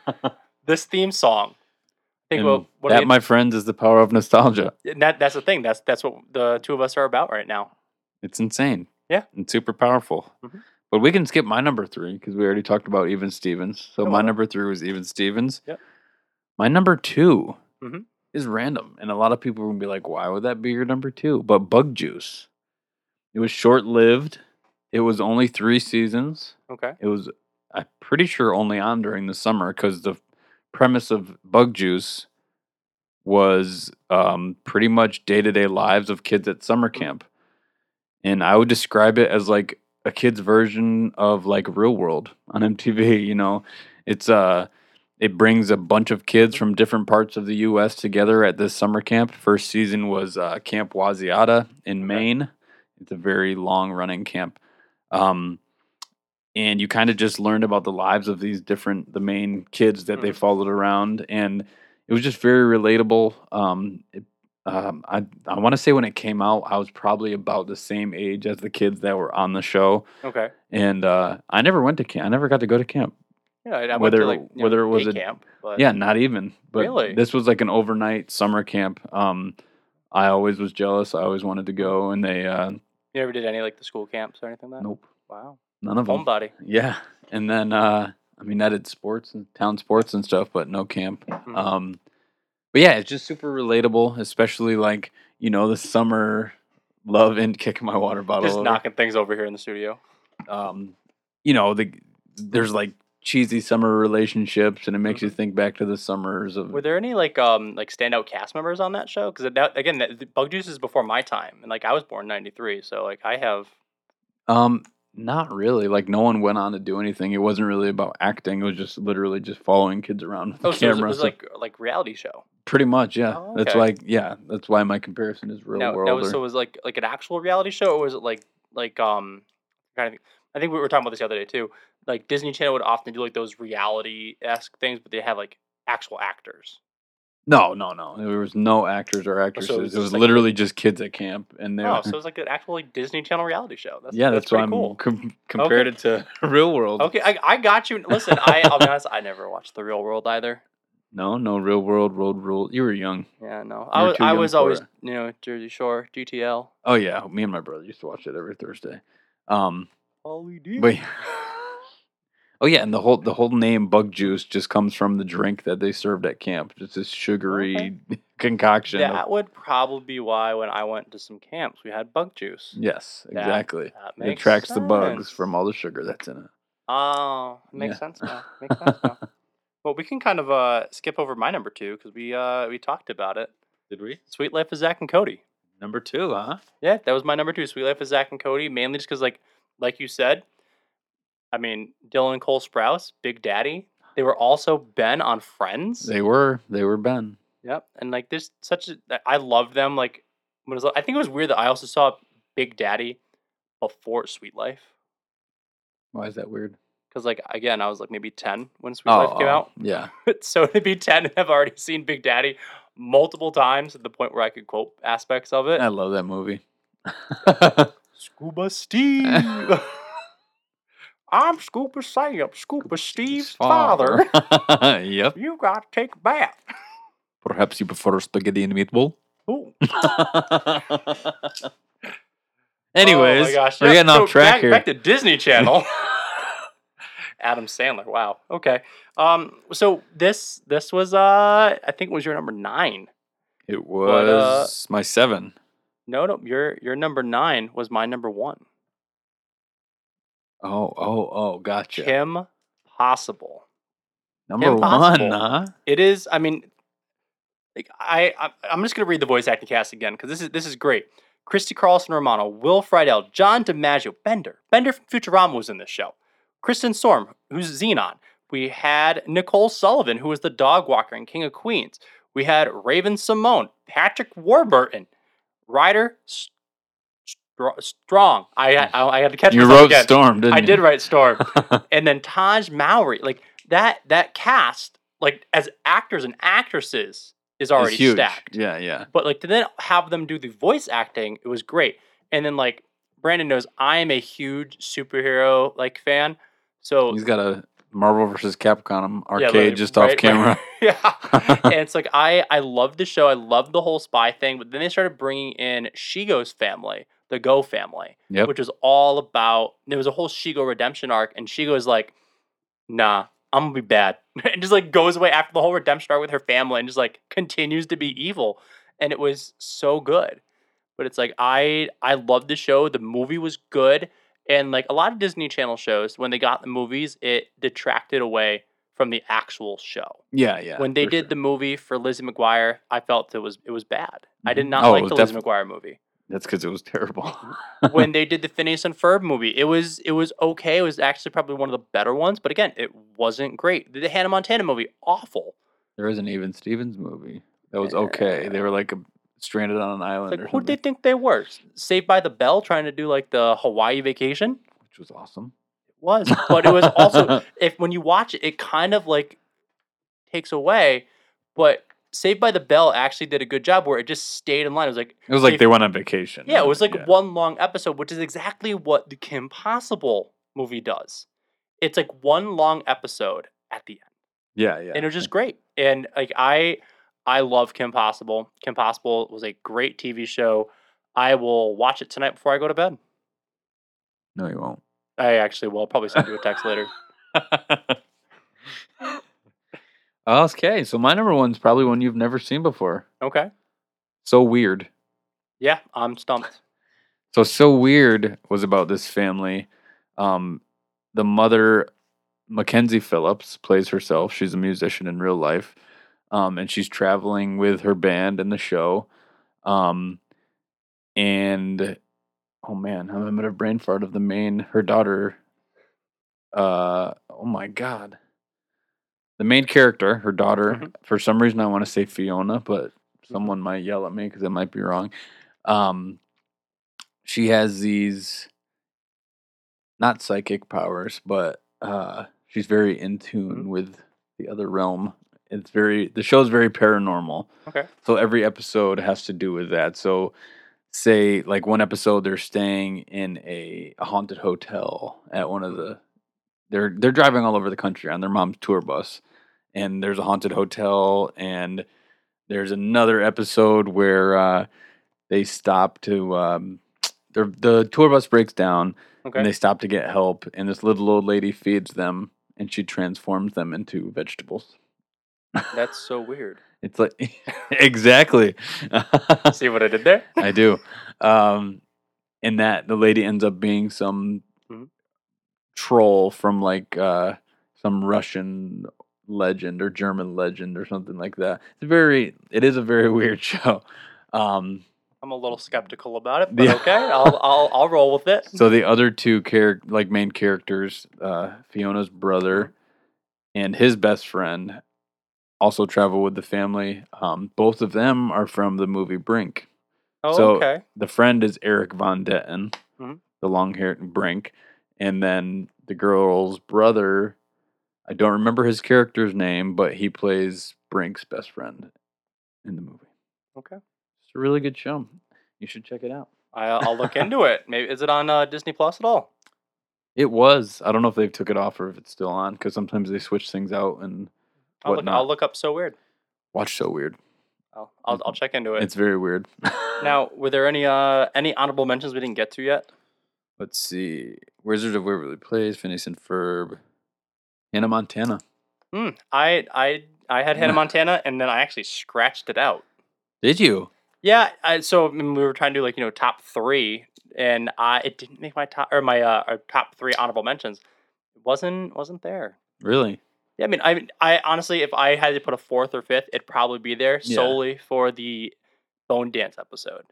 A: this theme song. I think
B: And
A: well, what
B: that,
A: we-
B: my friends, is the power of nostalgia.
A: and that that's the thing. That's that's what the two of us are about right now.
B: It's insane.
A: Yeah.
B: It's super powerful.
A: Mhm.
B: But we can skip my number three because we already talked about Even Stevens. So
A: Oh,
B: my
A: wow.
B: number three was Even Stevens.
A: Yep.
B: My number 2
A: Mhm.
B: is random. And a lot of people would be like, why would that be your number two? But Bug Juice. It was short lived. It was only three seasons.
A: Okay.
B: It was, I'm pretty sure, only on during the summer because the premise of Bug Juice was um, pretty much day to day lives of kids at summer camp. And I would describe it as like a kid's version of like Real World on MTV. You know, it's uh, it brings a bunch of kids from different parts of the U.S. together at this summer camp. First season was uh, Camp Waziata in Maine. It's a very long running camp. Um, and you kind of just learned about the lives of these different the main kids that they
A: Mhm.
B: followed around and it was just very relatable um, it- um, i, I want to say when it came out i was probably about the same age as the kids that were on the show
A: Okay.
B: and uh, i never went to camp i never got to go to camp
A: Yeah. I- I went
B: Whether-
A: to, like, you
B: whether it was
A: day
B: a-
A: camp, but
B: yeah not even but
A: Really?
B: this was like an overnight summer camp um, i always was jealous i always wanted to go and they uh,
A: you never did any like the school camps or anything like that.
B: nope
A: Wow.
B: none of them
A: Homebody.
B: Yeah, and then uh, I mean, I did sports and town sports and stuff, but no camp.
A: Mhm.
B: Um, but yeah, it's just super relatable, especially like you know the summer love and kicking my water bottle.
A: Just
B: over.
A: knocking things over here in the studio.
B: Um, you know the there's like cheesy summer relationships, and it makes you think back to the summers of.
A: Mm-hmm. Were there any like um like standout cast members on that show? Because that again, that, the Bug Juice is before my time, and like I was born '93, so like I have.
B: um, not really. Like no one went on to do anything. It wasn't really about acting. It was just literally just following kids around with
A: Oh,
B: the
A: so it was,
B: camera. so-
A: like like reality show.
B: pretty much, yeah.
A: Oh,
B: That's
A: okay.
B: like yeah. That's why my comparison is real
A: Now,
B: world.
A: now, was-
B: or-
A: so it was like like an actual reality show, or was it like like um kind of? I think we were talking about this the other day too. Like Disney Channel would often do like those reality esque things, but they have like actual actors.
B: No, no, no. There was no actors
A: Oh,
B: or actresses. it was,
A: just like-
B: literally just kids at camp, and they.
A: Oh,
B: were-
A: so it's like an actual like Disney Channel reality show. That's,
B: yeah, that's, why
A: pretty
B: I'm
A: cool.
B: com- compared it to real world.
A: Okay, I, I got you. Listen, I I'll be honest, I never watched The Real World either.
B: No, no real world, road rule. You were young.
A: Yeah, no, I
B: You're
A: was
B: too
A: I
B: young
A: was
B: for
A: always
B: it.
A: you know Jersey Shore, GTL.
B: Oh yeah, me and my brother used to watch it every Thursday. Um,
A: E
B: but
A: But,
B: oh yeah, and the whole the whole name Bug Juice just comes from the drink that they served at camp. Just this sugary concoction. of-
A: that would probably be why when I went to some camps, we had bug juice.
B: yes,
A: that
B: exactly.
A: That
B: It
A: makes
B: attracts the bugs
A: sense.
B: from all the sugar that's in it.
A: Oh, it makes
B: Yeah.
A: sense now. Makes sense now. Well, we can kind of uh, skip over my number two because we uh, we talked about it.
B: Did we?
A: Sweet Life of Zach and Cody.
B: Number two, huh?
A: Yeah, that was my number two. Sweet Life of Zach and Cody, mainly just because, like, like you said, I mean, Dylan and Cole Sprouse, Big Daddy. They were also Ben on Friends.
B: They were. They were Ben.
A: yep, and like, there's such. A, I- I loved them. Like, when it was, I think it was weird that I also saw Big Daddy before Sweet Life
B: Why is that weird?
A: because, like, again, I was like maybe ten when Sweet Life came out.
B: Oh, Yeah.
A: so to be 10 and have already seen Big Daddy multiple times at the point where I could quote aspects of it.
B: I love that movie.
A: Scuba Steve. I'm Scuba Sam, Scuba Steve's father.
B: yep.
A: You gotta take a bath.
B: Perhaps you prefer spaghetti and meatball.
A: Ooh.
B: Anyways,
A: Oh my Oh, gosh,
B: we're
A: yeah,
B: getting
A: so
B: off track
A: back,
B: here.
A: Back to Disney Channel. Adam Sandler. Wow. Okay. Um. So this this was uh I think it was your number nine.
B: it
A: But, uh,
B: was my seven.
A: No, no. Your your number nine was my number one.
B: Oh, oh, oh, gotcha.
A: Kim Possible.
B: Number
A: Impossible.
B: one, huh?
A: It is. I mean, like I, I I'm just gonna read the voice acting cast again because this is this is great. Christy Carlson Romano, Will Friedle, John DiMaggio, Bender. Bender from Futurama was in this show. Kristen Storm, who's Xenon. We had Nicole Sullivan, who was the dog walker in King of Queens. We had Raven Simone, Patrick Warburton, Ryder S- S- Bro- Strong. I I, I had to catch
B: You
A: myself
B: wrote
A: again.
B: Storm, didn't
A: I
B: you?
A: did write Storm, and then Taj Mowry. Like that that cast, like as actors and actresses, is
B: It's
A: already
B: huge.
A: stacked.
B: Yeah, yeah.
A: But like to then have them do the voice acting, it was great. And then like Brandon knows I am a huge superhero like fan. So
B: He's got a Marvel versus Capcom
A: yeah,
B: arcade
A: like,
B: just
A: right-
B: off camera.
A: yeah. and it's like I I loved the show. I loved the whole spy thing, but then they started bringing in Shigo's family, the Go family,
B: Yep.
A: which is all about there was a whole Shigo redemption arc and Shigo is like, "Nah, I'm going to be bad." and just like goes away after the whole redemption arc with her family and just like continues to be evil, and it was so good. But it's like I I loved the show. The movie was good. And like a lot of Disney Channel shows, when they got the movies, it detracted away from the actual show
B: yeah, yeah.
A: when they
B: for
A: did
B: sure.
A: the movie for Lizzie McGuire, I felt it was it was bad. I did
B: Mhm.
A: not
B: Oh, it
A: like
B: was
A: the Lizzie McGuire movie.
B: that's because it was terrible.
A: when they did the Phineas and Ferb movie, it was it was okay. It was actually probably one of the better ones, but again, it wasn't great. The Hannah Montana movie, awful.
B: there is an Even Stevens movie that was okay. They were like a, stranded on an
A: It's
B: island,
A: Like,
B: or
A: who did they
B: something,
A: think they were? Saved by the Bell, trying to do like the Hawaii vacation.
B: which was awesome.
A: It was, but it was also if when you watch it, it kind of like takes away, but. Saved by the Bell actually did a good job where it just stayed in line. It was like
B: It was like
A: if-
B: they went on vacation.
A: Yeah, it was like
B: Mm, yeah.
A: one long episode, which is exactly what the Kim Possible movie does. It's like one long episode at the end,
B: Yeah, yeah.
A: and it was just great. And like I, I love Kim Possible. Kim Possible was a great TV show. I will watch it tonight before I go to bed.
B: no, you won't.
A: I actually will I'll probably send you a text later.
B: okay, so my number one's probably one you've never seen before.
A: Okay.
B: So weird.
A: Yeah, I'm stumped.
B: So so weird was about this family. Um, the mother, Mackenzie Phillips, plays herself. She's a musician in real life, um, and she's traveling with her band in the show. Um, and oh man, I'm having a brain fart of the main her daughter. Uh, oh my god, the main character, her daughter.
A: Mhm.
B: For some reason, I want to say Fiona, but someone might yell at me because it might be wrong. Um, she has these not psychic powers, but uh she's very in tune
A: Mhm.
B: with the other realm. It's very the show's very paranormal.
A: Okay.
B: So every episode has to do with that. So say like one episode they're staying in a, a haunted hotel at one of the they're they're driving all over the country on their mom's tour bus and there's a haunted hotel and there's another episode where uh they stop to um their the tour bus breaks down
A: Okay.
B: and they stop to get help and this little old lady feeds them and she transforms them into vegetables
A: That's so weird.
B: it's like exactly
A: See what I did there?
B: I do. Um, and that the lady ends up being some
A: Mhm.
B: troll from like uh, some Russian legend or German legend or something like that. It's very, it is a very weird show. Um,
A: I'm a little skeptical about it, but
B: Yeah.
A: okay, I'll, I'll I'll roll with it.
B: so the other two character, like main characters, uh, Fiona's brother and his best friend, also travel with the family. Um, both of them are from the movie Brink.
A: Oh,
B: so-
A: okay.
B: the friend is Eric Von Detten,
A: Mhm.
B: the long haired Brink, and then the girl's brother. I don't remember his character's name, but he plays Brink's best friend in the movie.
A: Okay.
B: It's a really good show. You should check it out.
A: I, I'll look into it. Maybe is it on uh, Disney Plus at all?
B: It was. I don't know if they've took it off or if it's still on because sometimes they switch things out and
A: I'll look, I'll
B: whatnot.
A: look up so weird.
B: watch so weird.
A: I'll, I'll, I'll check into it.
B: It's very weird.
A: now, were there any uh any honorable mentions we didn't get to yet?
B: Let's see. Wizard of Waverly Place, Phineas and Ferb, Hannah Montana.
A: Hmm. I I I had Hannah Montana, and then I actually scratched it out.
B: Did you?
A: Yeah. I, so I mean, we were trying to do like you know top three, and I it didn't make my top or my uh our top three honorable mentions. It wasn't wasn't there.
B: Really?
A: Yeah, I mean, I mean, I honestly, if I had to put a fourth or fifth, it'd probably be there
B: Yeah.
A: solely for the bone dance episode.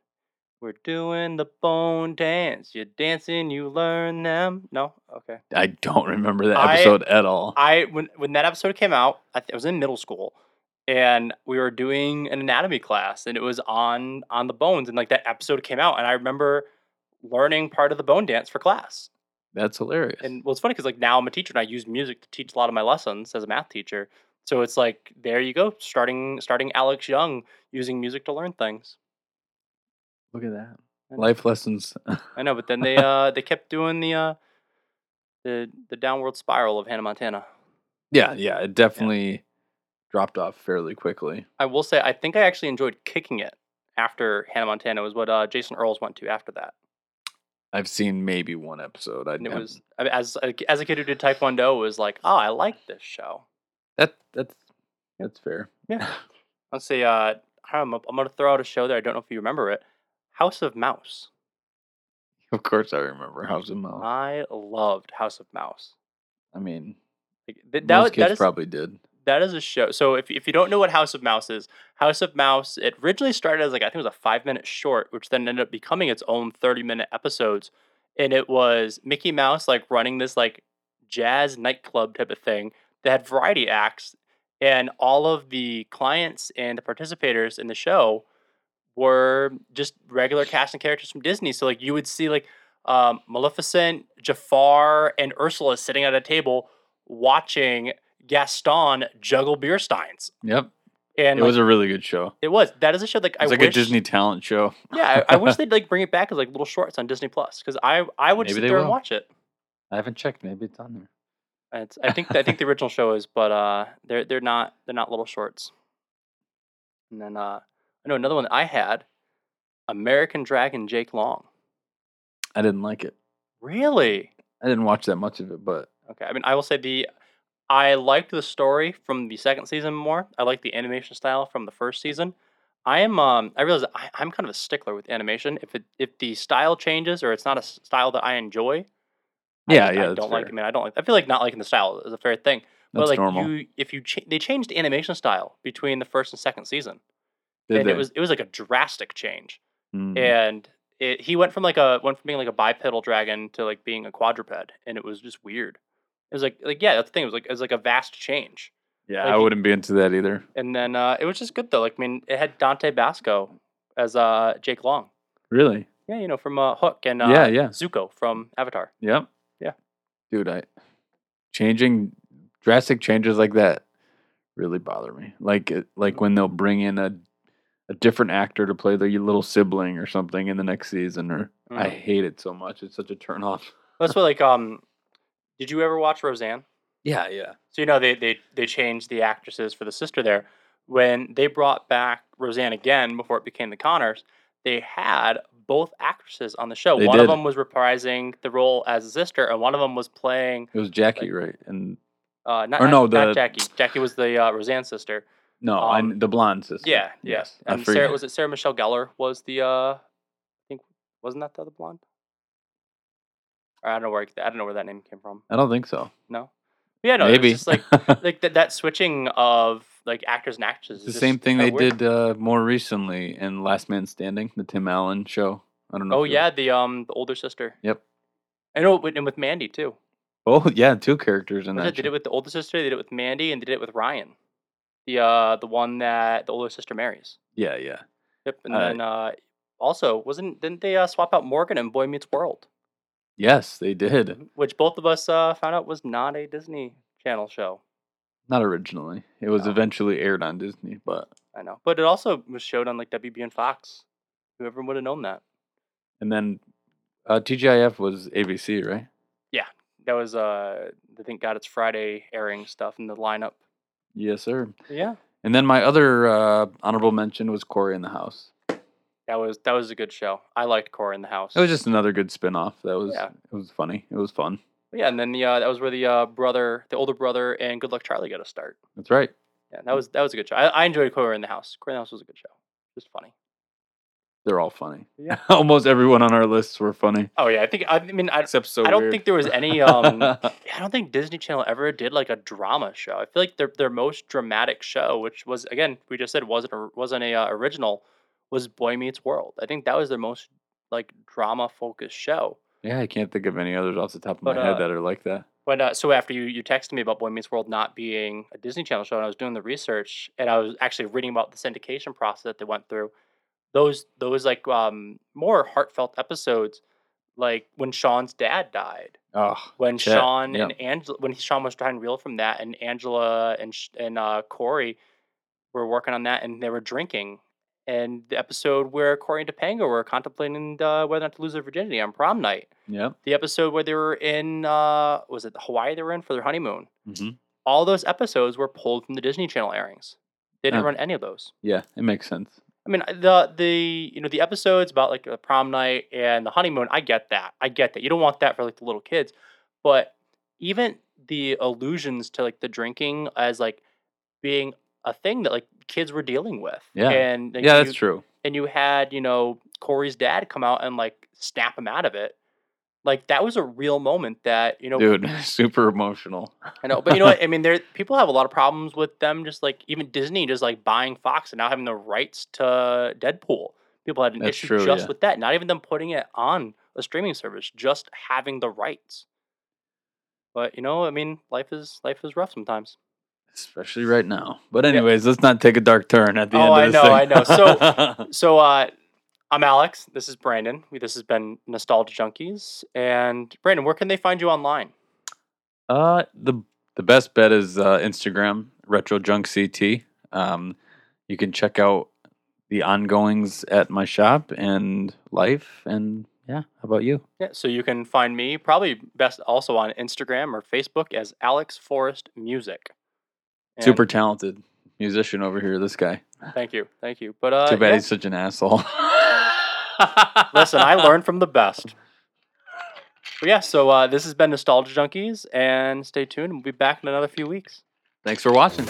A: We're doing the bone dance. You're dancing, you learn them. No, okay.
B: I don't remember that
A: I-
B: episode at all.
A: I when when that episode came out, I, th- I was in middle school, and we were doing an anatomy class, and it was on on the bones, and like that episode came out, and I remember learning part of the bone dance for class.
B: That's hilarious.
A: And well, it's funny because like now I'm a teacher and I use music to teach a lot of my lessons as a math teacher. So it's like there you go, starting starting Alex Young using music to learn things.
B: Look at that.
A: And-
B: Life lessons.
A: I know, but then they uh they kept doing the uh the the downward spiral of Hannah Montana.
B: yeah, yeah. It definitely dropped off fairly quickly.
A: I will say I think I actually enjoyed kicking it after Hannah Montana was what uh, Jason Earls went to after that.
B: I've seen maybe one episode. I
A: And it
B: haven't-
A: was I- as a, as a kid who did Taekwondo it was like, oh, I like this show.
B: that that's that's fair.
A: Let's see. Uh, I'm, I'm gonna throw out a show that I don't know if you remember it. House of Mouse.
B: Of course, I remember House of Mouse.
A: I loved House of Mouse.
B: I mean,
A: Like, th- that,
B: most
A: was-
B: kids
A: that is
B: probably did.
A: that is a show. So if if you don't know what House of Mouse is, House of Mouse it originally started as like I think it was a five minute short, which then ended up becoming its own thirty minute episodes, and it was Mickey Mouse like running this like jazz nightclub type of thing that had variety acts, and all of the clients and the participators in the show were just regular cast and characters from Disney. So like you would see like um, Maleficent, Jafar, and Ursula sitting at a table watching Gaston juggle beer steins.
B: Yep,
A: And
B: it
A: like,
B: was a really good show.
A: it was. That is a show like I
B: It's like
A: wish
B: a Disney talent show.
A: Yeah, I, I wish they'd like bring it back as like little shorts on Disney Plus because I I would
B: Maybe
A: sit
B: they
A: there and
B: will.
A: watch it.
B: I haven't checked. Maybe it's on there.
A: And It's, I think I think the original show is, but uh, they're they're not they're not little shorts. And then uh, I know another one that I had, American Dragon Jake Long.
B: I didn't like it.
A: Really?
B: I didn't watch that much of it, but
A: Okay. I mean, I will say the I liked the story from the second season more. I liked the animation style from the first season. I am um I realize I, I'm kind of a stickler with animation. If it if the style changes or it's not a s- style that I enjoy, I
B: yeah,
A: just-
B: yeah,
A: I
B: that's
A: don't like. I
B: fair.
A: mean, I don't like. I feel like not liking the style is a fair thing. but
B: That's
A: like
B: normal.
A: you, if you cha- they changed the animation style between the first and second season,
B: Did
A: and
B: they?
A: it was it was like a drastic change
B: Mm.
A: and it, he went from like a went from being like a bipedal dragon to like being a quadruped, and it was just weird. It was like like yeah, that's the thing. It was like it was like a vast change,
B: yeah,
A: like
B: I
A: you-
B: wouldn't be into that either.
A: and then uh, it was just good though. Like I mean, it had Dante Basco as uh Jake Long,
B: Really?
A: yeah, you know from uh, Hook and uh,
B: yeah, yeah.
A: Zuko from Avatar.
B: Yep.
A: Yeah.
B: Dude, I changing drastic changes like that really bother me. Like it,
A: Mm-hmm.
B: like when they'll bring in a a different actor to play their little sibling or something in the next season or I
A: Mm.
B: hate it so much. It's such a turn off.
A: That's what like um, did you ever watch Roseanne?
B: Yeah, yeah.
A: So you know they they they changed the actresses for the sister there. When they brought back Roseanne again before it became the Connors, they had both actresses on the show.
B: They
A: one of
B: did.
A: them was reprising the role as a sister, and one of them was playing
B: It was Jackie, right? And
A: uh, not,
B: Or no,
A: not- not
B: the-
A: Jackie. Jackie was the uh, Roseanne sister.
B: no, I
A: Um,
B: kn- the blonde sister.
A: Yeah, yes.
B: I
A: And Sarah
B: forget-
A: was it Sarah Michelle Gellar was the uh, I think wasn't that the other blonde? Or I don't know where I don't know where that name came from.
B: I don't think so.
A: No, But yeah, no,
B: Maybe.
A: it's just like like that that switching of like actors and actresses.
B: It's the
A: is
B: same
A: just
B: thing
A: kinda
B: they
A: weird.
B: did uh, more recently in Last Man Standing, the Tim Allen show. I don't know.
A: Oh
B: if you-
A: yeah, the um the older sister.
B: Yep.
A: I know, with- and with Mandy too.
B: Oh yeah, two characters in
A: Was
B: that.
A: it- They
B: show.
A: did it with the older sister. They did it with Mandy, and they did it with Ryan, the uh the one that the older sister marries.
B: yeah, yeah.
A: Yep. And
B: Uh,
A: then uh also wasn't didn't they uh, swap out Morgan and Boy Meets World,
B: Yes, they did.
A: which both of us uh found out was not a Disney Channel show.
B: Not originally. It was
A: No.
B: eventually aired on Disney, but
A: I know, but it also was showed on like WB and Fox. Whoever would have known that?
B: and then uh, TGIF was ABC, right?
A: That was uh I think God it's Friday airing stuff in the lineup.
B: Yes, sir.
A: Yeah.
B: And then my other uh, honorable mention was Corey in the House.
A: That was that was a good show. I liked Cora in the House.
B: It was just another good spin-off. That was
A: Yeah.
B: it was funny. It was fun.
A: But Yeah, and then the uh, that was where the uh, brother, the older brother, and Good Luck Charlie got a start.
B: That's right.
A: Yeah, that was that was a good show. I, I enjoyed Cora in the House. Cora in the House was a good show. Just funny.
B: They're all funny.
A: Yeah.
B: Almost everyone on our lists were funny,
A: Oh yeah, I think I mean I,
B: except so.
A: I don't
B: Weird.
A: think there was any um I don't think Disney Channel ever did like a drama show. I feel like their their most dramatic show, which was again we just said wasn't a, wasn't a uh, original, was Boy Meets World. I think that was their most like drama focused show.
B: yeah, I can't think of any others off the top of
A: But,
B: my head
A: uh,
B: that are like that.
A: But uh, so after you you texted me about Boy Meets World not being a Disney Channel show, and I was doing the research, and I was actually reading about the syndication process that they went through. Those those like um, more heartfelt episodes like when Sean's dad died.
B: Oh,
A: When
B: Shit,
A: Sean
B: yeah.
A: and Angela, when Sean was trying to reel from that, and Angela and Sh- and uh, Corey were working on that, and they were drinking. And the episode where Corey and Topanga were contemplating uh, whether or not to lose their virginity on prom night.
B: yeah.
A: The episode where they were in, uh, was it Hawaii? They were in for their honeymoon.
B: hmm
A: All those episodes were pulled from the Disney Channel airings. They didn't
B: Huh.
A: run any of those.
B: Yeah, it makes sense.
A: I mean, the the you know the episodes about like the prom night and the honeymoon. I get that. I get that. You don't want that for like the little kids, but even the allusions to like the drinking as like being a thing that like kids were dealing with.
B: Yeah.
A: and like,
B: yeah,
A: you,
B: that's true.
A: And you had you know Corey's dad come out and like snap him out of it. Like that was a real moment that you know
B: Dude, super emotional.
A: I know, but you know what? I mean, there people have a lot of problems with them. Just like even Disney, just like buying Fox and not having the rights to Deadpool. People had an
B: That's
A: issue
B: true,
A: just
B: yeah.
A: with that. Not even them putting it on a streaming service, just having the rights. But you know, I mean, life is life is rough sometimes.
B: Especially right now. But anyways, let's not take a dark turn at the
A: Oh, I
B: end of this
A: know, I know.
B: thing. So
A: So uh, I'm Alex. This is Brandon. We- This has been Nostalgia Junkies. And Brandon, where can they find you online?
B: Uh, the the best bet is uh, Instagram Retro Junk CT. Um, you can check out the ongoings at my shop and life and yeah. How about you?
A: Yeah, so you can find me probably best also on Instagram or Facebook as Alex Forrest Music. And
B: Super talented musician over here. This guy.
A: Thank you, thank you. But uh,
B: Too bad
A: yeah,
B: he's such an asshole.
A: listen, I learned from the best. But yeah, so uh, this has been Nostalgia Junkies, and stay tuned. We'll be back in another few weeks.
B: Thanks for watching.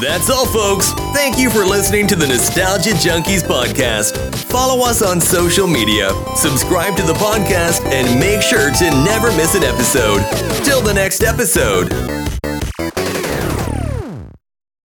C: That's all, folks. Thank you for listening to the Nostalgia Junkies podcast. Follow us on social media, subscribe to the podcast, and make sure to never miss an episode. Till the next episode.